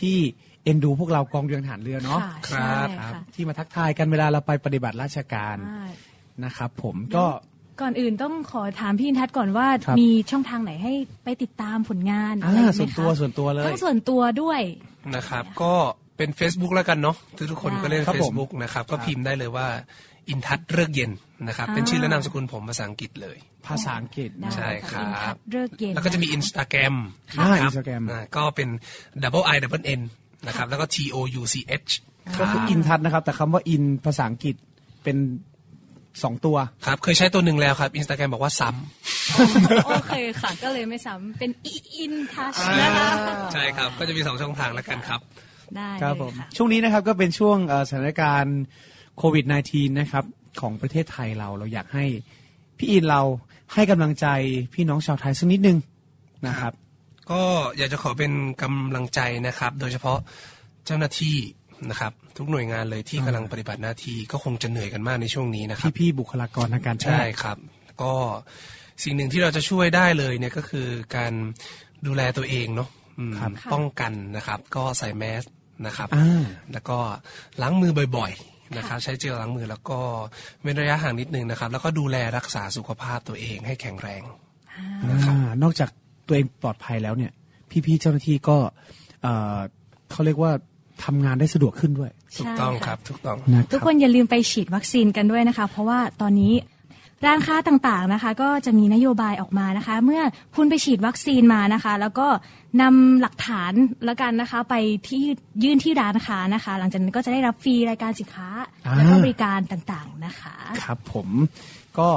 B: ที่เอ็นดูพวกเรากองเรือนฐานเรือเนาะ
C: ค่ะครับใช่ค่ะ
B: ที่มาทักทายกันเวลาเราไปปฏิบัติราชการ
C: อ่า
B: นะครับ ผมก็
C: ก่อนอื่นต้องขอถามพี่อินทัศน์ก่อนว่า
B: ครับ
C: มีช่องทางไหนให้ไปติดตามผลงานอะ
B: อ่า
C: ไรไหมคะ
B: ส่วนตัวส่วนตัวเลย
C: ทั้งส่วนตัวด้วย
F: นะครับ ก็เป็น Facebook แล้วกันเนาะทุกทุกๆคนก็เล่น
B: ครับผม
F: Facebook นะครับก็พิมพ์ได้เลยว่าอินทัศเลือกเย็นนะครับ เป็นชื่อและนามสกุลผมภาษาอังกฤษเลย
B: ภาษาอังกฤษนะ
F: ใช่ครั
C: อินทั
F: บ
C: ศน์เลิกเย็น
F: แล้วก็จะมี
C: นะคะ
F: Instagram
B: ค่ะ
F: คบ
B: Instagram
F: อ่าก็เป็น double i double n นะครับแล้วก็ t o u c h
B: ก็คืออินทัศน์นะครับ แต่คำว่าอินภาษาอังกฤษเป็นสองตัว
F: ครับเคยใช้ตัวหนึ่งแล้วครับ Instagram บอกว่าซ้ำ
C: *laughs* โอเคค่ะ ก็เลยไม่ซ้ำเป็นอินทัชนะคะ
F: ใช่ครับ ก็จะมีสองช่องทางแล้วกันครับ
C: ได้เล
B: ครับผ
C: ย
B: ม
C: ค่ะ
B: ช่วงนี้นะครับก็เป็นช่วงเอ่อสถานการณ์โควิด -19 นะครับของประเทศไทยเราเราอยากให้พี่อินเราให้กำลังใจพี่น้องชาวไทยสักนิดนึงนะครับ
F: ก็อยากจะขอเป็นกำลังใจนะครับ โดยเฉพาะเจ้าหน้าที่นะครับ ทุกหน่วยงานเลยที่กำลังปฏิบัติหน้าที่ก็คงจะเหนื่อยกันมากในช่วงนี้นะครับ
B: พี่พี่ๆบุคลากรทางการแพ
F: ใช่
B: ทย์
F: ครับ ก็สิ่งหนึ่งที่เราจะช่วยได้เลยเนี่ยก็คือการดูแลตัวเองเนาะอืม
B: ครับ
F: ป้องกันนะครับ ก็ใส่แมสนะครับ
B: อ่า
F: แล้วก็ล้างมือบ่อยๆนะครับ ใช้เจลล้างมือแล้วก็เว้นระยะห่างนิดนึงนะครับ แล้วก็ดูแลรักษาสุขภาพตัวเองให้แข็งแรง
B: อ่านอกจากตัวเองปลอดภัยแล้วเนี่ย พี่พี่ๆเจ้าหน้าที่ก็เอ่อเขาเรียกว่าทำงานได้สะดวกขึ้นด้วย
F: ถูกต้องครับ ถูกต้อง
B: นะ
C: ทุก
B: ค
C: ครับ นอย่าลืมไปฉีดวัคซีนกันด้วยนะคะ เพราะว่าตอนนี้ร้านค้าต่างๆนะคะ ก็จะมีนโยบายออกมานะคะ เมื่อคุณไปฉีดวัคซีนมานะคะ แล้วก็นำหลักฐานละกันนะคะ ไปที่ยื่นที่ร้านค้านะคะ หลังจากนั้นก็จะได้รับฟรีรายการสินค้าและก็บริการต่างๆนะคะ
B: ครับผมก็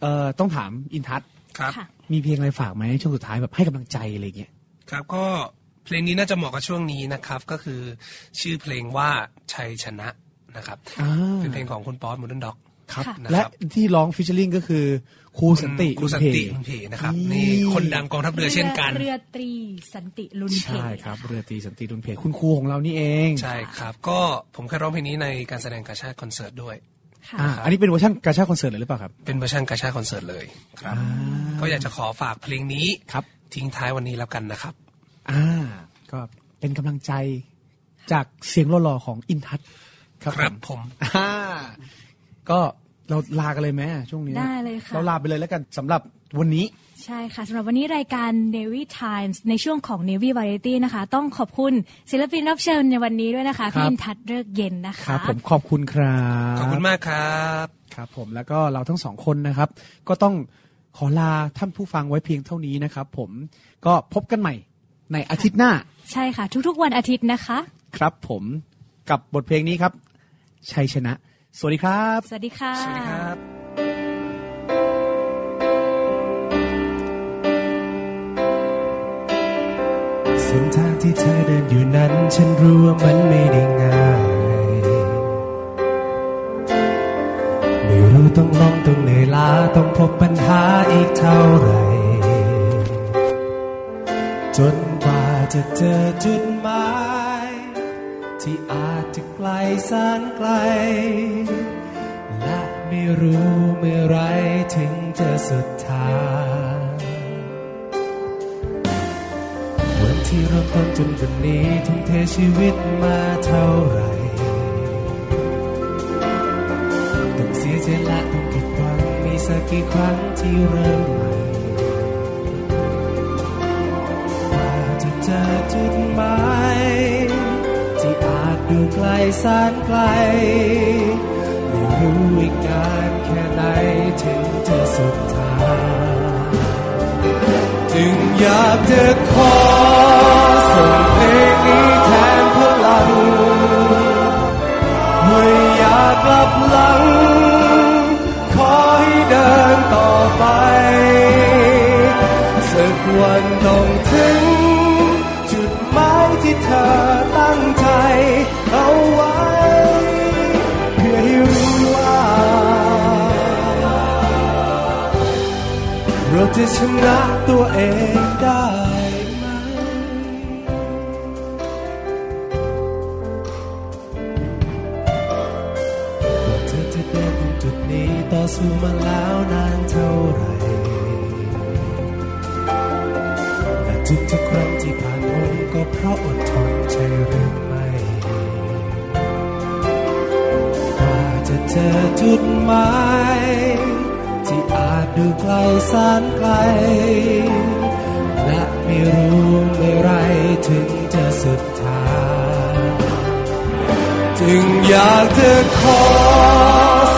B: เอ่อต้องถามอินทัศน์
F: ครับ
C: ค่ะ
B: มีเพลงอะไรฝากไหมช่วงสุดท้ายแบบให้กำลังใจอะไรอย่างเงี้ย
F: ครับก็เพลงนี้น่าจะเหมาะกับช่วงนี้นะครับ ก็คือชื่อเพลงว่าชัยชนะนะครับ
B: อ่า
F: เป็นเพลงของคุณป๊อตมูดนด็อก
B: ครับ
F: นะ
B: และ
F: ครับ
B: ที่ร้องฟิชเชอร์ลิงก็คือครูสันติ
F: ครูสันติลุ
B: ลุ
F: น
B: น
F: เพ
B: เพ
F: นะครับ
B: นี่
F: นี่คนดังกองทัพเรือเช่นกัน
C: เรือตรีสันติลุนเพ
B: ใช่ครับเรือตรีสันติลุนเพคุณครูของเรานี่เอง
F: ใช่ครับ ก็ผมเคยร้องเพลงนี้ในการแสดงกาชาติคอนเสิร์ตด้วย
C: ค่ะ
B: อ่าอันนี้เป็นเวอร์ชันกาชาติคอนเสิร์ตเลยหรือเปล่าครับ
F: เป็นเวอร์ชันกาชาติคอนเสิร์ตเลยครับ
B: อ่า
F: ก็อยากจะขอฝากเพลงนี้
B: ครับ
F: ทิ้งท้ายวันนี้แล้วกันนะครับ
B: อ่าก็เป็นกำลังใจจากเสียงหล่อๆของอินทัศน์ครับ
F: ครับ
B: ผม
F: ผม
B: อ่าก็ เราลากันเลยไหมช่วงนี้
C: ได้เลยค่ะ
B: เราลาไปเลยแล้วกันสำหรับวันนี้
C: ใช่ค่ะสำหรับวันนี้รายการ Navy Times ในช่วงของ Navy Variety นะคะ ต้องขอบคุณศิลปินรับเชิญในวันนี้ด้วยนะคะ
B: ครั
C: พี่
B: บ
C: อินทัศน์เลิกเย็นนะคะ
B: ครับผมขอบคุณครับ
F: ขอบคุณมากครับ
B: ครับผมแล้วก็เราทั้งสองคนนะครับ ก็ต้องขอลาท่านผู้ฟังไว้เพียงเท่านี้นะครับผมก็พบกันใหม่ในอาทิตย์หน้า
C: ใช่ค่ะ ทุกๆวันอาทิตย์นะคะ
B: ครับผมกับบทเพลงนี้ครับ ชัยชนะ สวัสดีครับ
C: สวัสดีค่ะ
F: สวัสดีครับ
E: เส้นทางที่เธอเดินอยู่นั้น ฉันรู้ว่ามันไม่ได้ง่าย ไม่รู้ต้องลงต้องเหนื่อยล้าต้องพบปัญหาอีกเท่าไหร่ จนกว่าจะเจอจุดหมาย ที่อาจจะไกลแสานไกล และไม่รู้เมื่อไรถึงจะสุดทาง วันที่เริ่มต้นจนวันนี้ทุ่มเทชีวิตมาเท่าไหร่ต้องเสียใจและต้องผิดหวังมีสักกี่ครั้งที่เริ่มใหม่กว่าจะเจอจุดหมายที่อาจดูไกลแสานไกล ไม่รู้อีกนานแค่ไหนถึงจะสุดทาง จึงอยากจะขอส่งเพลงนี้แทนพลังไม่อยากกลับหลัง ขอให้เดินต่อไป สักวันต้องถึง จุดหมายที่เธอตั้งใจเอาไว้ เพื่อให้รู้ว่า เราจะชนะตัวเองได้ไหม ว่าเธอจะเดินถึงจุดนี้ต่อสู้มาแล้วนานเท่าไหร่ และทุกทุกๆครั้งที่ผ่านพ้นก็เพราะอดทนใช่หรือไม่ กว่าจะเจอจุดหมาย ที่อาจดูไกลแสานไกล และไม่รู้เมื่อไรถึงจะสุดทาง จึงอยากจะขอ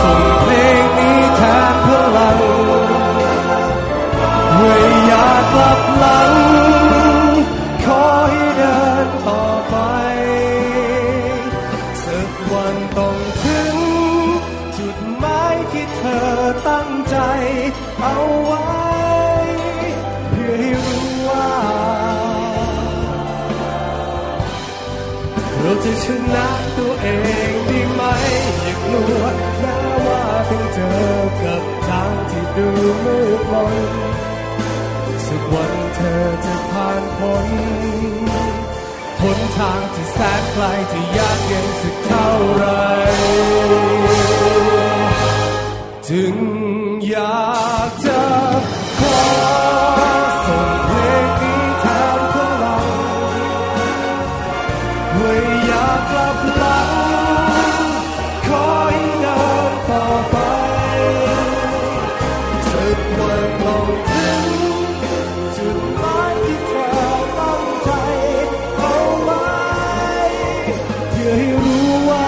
E: ส่งเพลงนี้แทนพลังไม่อยากกลับหลัง ขอให้เดินต่อไป สักวันต้องถึง จุดหมายที่เธอตั้งใจ เอาไว้ เพื่อให้รู้ว่า เราจะชนะตัวเองได้ไหมอย่ากลัวนะว่าต้องเจอกับทางที่ดูมืดมนสักวันเธอจะผ่านพ้นหนทางที่แสนไกลที่ยากเย็นสักเท่าไหรจึงอยากจะขอส่งเพลงนี้แทนพลัง ไม่อยากกลับหลังขอให้เดินต่อไปสักวันเราถึงจุดหมายที่เธอตั้งใจเอาไว้เพื่อให้รู้ว่า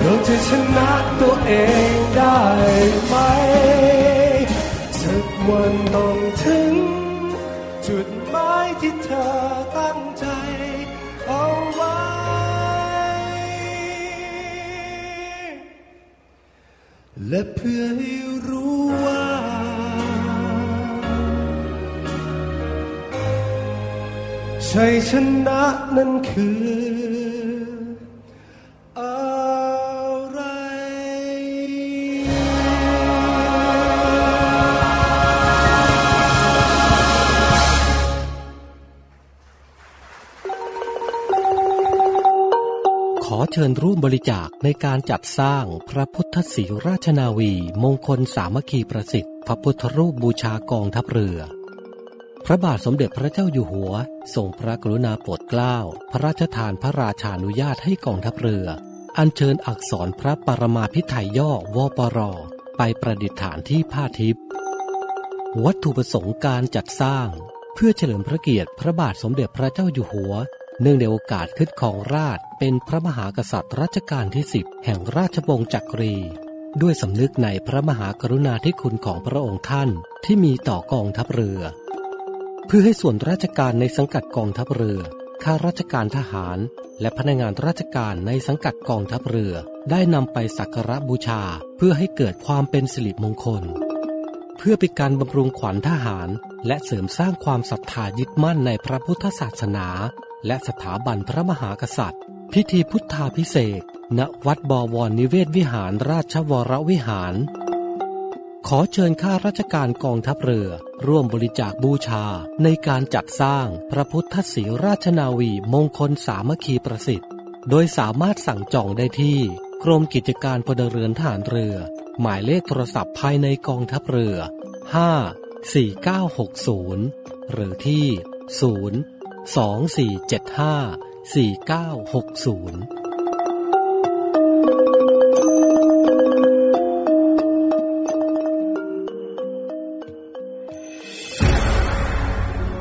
E: เราจะชนะตัวเองได้ไหมสักวันต้องถึง จุดหมายที่เธอตั้งใจ เอาไว้ และเพื่อให้รู้ว่า ชัยชนะนั้นคือ อะไร
A: ขอเชิญร่วมบริจาคในการจัดสร้างพระพุทธศรีราชนาวี มงคลสามัคคีประสิทธิ์พระพุทธรูปบูชากองทัพเรือ พระบาทสมเด็จพระเจ้าอยู่หัวทรงพระกรุณาโปรดเกล้า พระราชทานพระราชานุญาตให้กองทัพเรือ อัญเชิญอักษรพระปรมาพิไธยย่อวปร ไปประดิษฐานที่ผ้าทิพย์วัตถุประสงค์การจัดสร้าง เพื่อเฉลิมพระเกียรติพระบาทสมเด็จพระเจ้าอยู่หัว เนื่องในโอกาสขึ้นของราชเป็นพระมหากษัตริย์รัชกาลที่สิบแห่งราชวงศ์จักรี ด้วยสำนึกในพระมหากรุณาธิคุณของพระองค์ท่านที่มีต่อกองทัพเรือ เพื่อให้ส่วนราชการในสังกัดกองทัพเรือ ข้าราชการทหาร และพนักงานราชการในสังกัดกองทัพเรือ ได้นำไปสักการะบูชา เพื่อให้เกิดความเป็นสิริมงคล เพื่อเป็นการบำรุงขวัญทหาร และเสริมสร้างความศรัทธายึดมั่นในพระพุทธศาสนา และสถาบันพระมหากษัตริย์ พิธีพุทธาพิเศษกณวัดบวรนิเวศวิหารราชวรวิหาร ขอเชิญข้าราชการกองทัพเรือ ร่วมบริจาคบูชา ในการจัดสร้างพระพุทธศรีราชนาวีมงคลสามัคคีประสิทธิ์ โดยสามารถสั่งจองได้ที่ กรมกิจการพลเรือนทหารเรือ หมายเลขโทรศัพท์ภายในกองทัพเรือ 5 4960 หรือที่ 0 2475 4960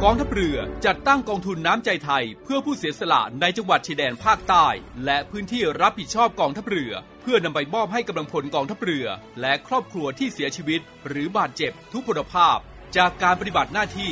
I: กองทัพเรือจัดตั้งกองทุนน้ำใจไทย เพื่อผู้เสียสละในจังหวัดชายแดนภาคใต้ และพื้นที่รับผิดชอบกองทัพเรือ เพื่อนำไปมอบให้กำลังพลกองทัพเรือ และครอบครัวที่เสียชีวิต หรือบาดเจ็บทุกพลภาพ จากการปฏิบัติหน้าที่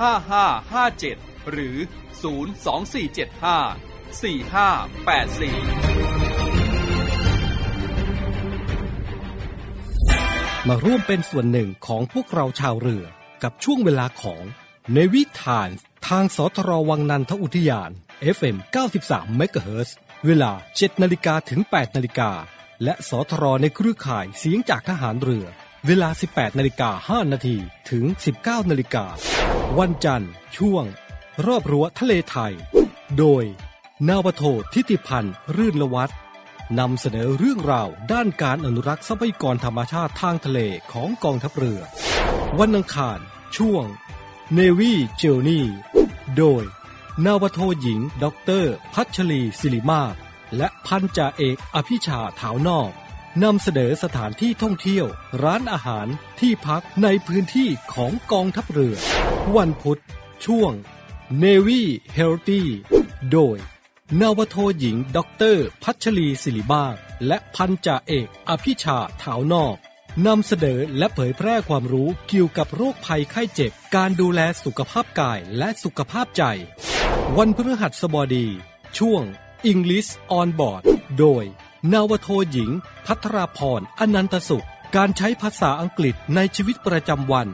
I: 5 5 5 7 หรือ 0 2 4 7 5 4 5 8 4
A: มาร่วมเป็นส่วนหนึ่งของพวกเราชาวเรือ กับช่วงเวลาของในวิถานทางสทรวังนันทอุทยาน FM 93 MHz เวลา 7นาฬิกาถึง 8นาฬิกา และสทรในเครือข่ายเสียงจากทหารเรือ เวลา 18นาฬิกา5นาทีถึง 19นาฬิกา วันจันทร์ ช่วง รอบรั้วทะเลไทย โดย นาวโททิติพันธ์รื่นละวัฒน์ นำเสนอเรื่องราวด้านการอนุรักษ์ทรัพยากรธรรมชาติทางทะเลของกองทัพเรือ วันอังคาร ช่วง เนวีเจลนี่ โดย นาวโทหญิงด็อกเตอร์พัชรีศิริมาศและพันจ่าเอกอภิชาถาวนอกนำเสนอสถานที่ท่องเที่ยว ร้านอาหารที่พักในพื้นที่ของกองทัพเรือ วันพุธ ช่วง เนวีเฮลตี้โดย นาวโทหญิงด็อกเตอร์พัชรีศิริบ้าง และพันจ่าเอกอภิชาถาวนอกนำเสนอและเผยแพร่ความรู้เกี่ยวกับโรคภัยไข้เจ็บ การดูแลสุขภาพกายและสุขภาพใจ วันพฤหัสบดี ช่วง English on Board โดย นาวโทหญิง พัทราพรอนันตสุข การใช้ภาษาอังกฤษในชีวิตประจำวัน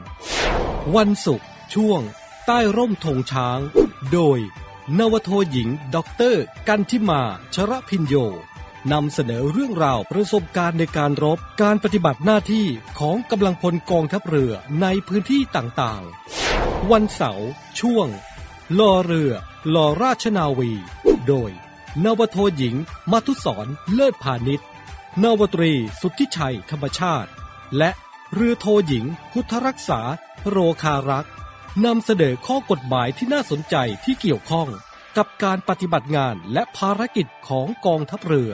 A: วันศุกร์ช่วง ใต้ร่มธงช้าง โดย นวโทหญิงด็อกเตอร์กันทิมา ชระพินโยนำเสนอเรื่องราวประสบการณ์ในการรบการปฏิบัติหน้าที่ของกำลังพลกองทัพเรือในพื้นที่ต่างๆ วันเสาร์ช่วง ลอเรือ ลอราชนาวี โดย นวโทหญิง มัทุสรเลิศพาณิชย์ นาวตรีสุทธิชัยธรรมชาติ และเรือโทหญิง พุทธรักษา โรคารักษ์ นำเสนอข้อกฎหมายที่น่าสนใจที่เกี่ยวข้อง กับการปฏิบัติงานและภารกิจของกองทัพเรือ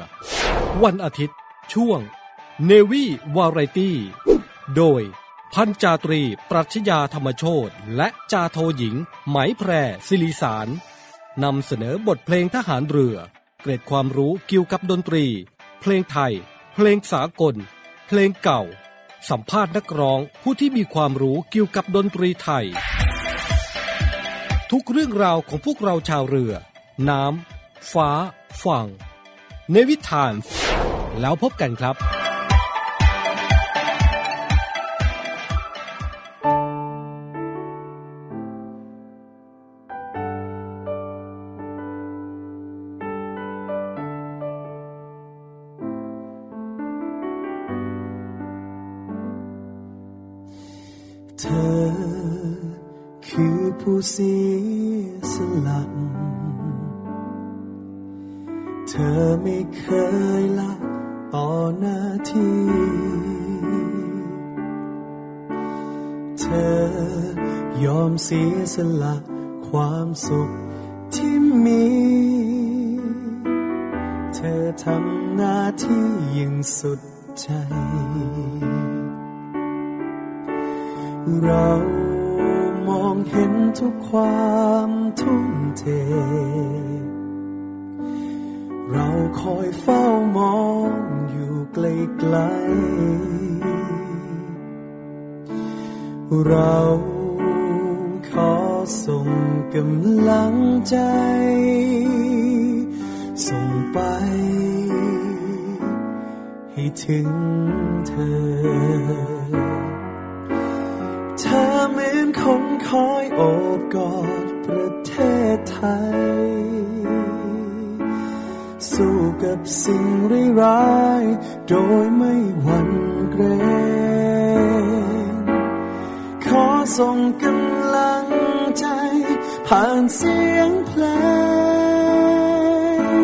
A: วันอาทิตย์ ช่วง เนวีวาไรตี้ โดย พันจาตรี ปรัชญาธรรมโชตและจาโทหญิง ไหมแพรสิริสาร นำเสนอบทเพลงทหารเรือ เกร็ดความรู้เกี่ยวกับดนตรี เพลงไทย เพลงสากล เพลงเก่า สัมภาษณ์นักร้องผู้ที่มีความรู้เกี่ยวกับดนตรีไทย ทุกเรื่องราวของพวกเราชาวเรือ น้ำ ฟ้า ฝั่ง ในวิถาน แล้วพบกันครับ
J: เ
E: เธอ คือผู้เสียสละเธอไม่เคยละต่อหน้าที่ เธอยอมเสียสละความสุขที่มี เธอทำหน้าที่อยิ่างสุดใจ เรามองเห็นทุกความทุ่มเท เราคอยเฝ้ามองอยู่ไกลไกลๆเราขอส่งกำลังใจ ส่งไป ให้ถึงเธอ เธอเหมือนคนคอยโอบกอดประเทศไทย สู้กับสิ่งร้ายๆโดยไม่หวั่นเกรงขอส่งกำลังใจ ผ่านเสียงเพลง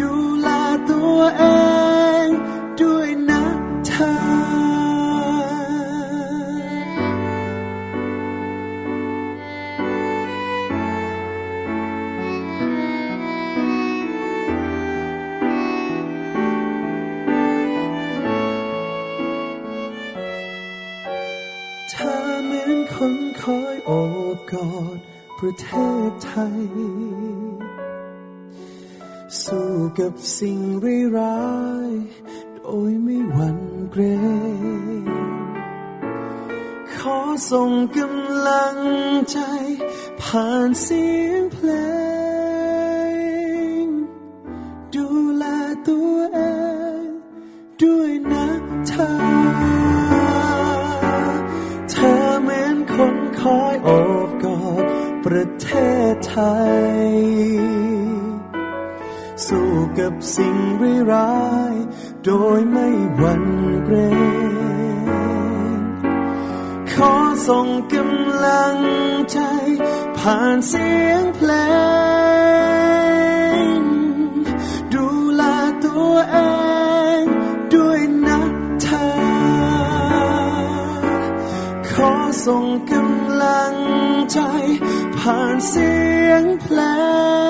E: ดูแลตัวเอง ด้วยนะเธอ เธอเหมือนคนคอยโอบกอดประเทศไทย สู้กับสิ่งร้ายๆโดยไม่หวั่นเกรงขอส่งกำลังใจ ผ่านเสียงเพลง ดูแลตัวเองด้วยนะเธอ เธอเหมือนคนคอยโอบกอดประเทศไทย สู้กับสิ่งร้ายๆโดยไม่หวั่นเกรงขอส่งกำลังใจ ผ่านเสียงเพลง ดูแลตัวเองด้วยนะเธอ ขอส่งกำลังใจ ผ่านเสียงเพลง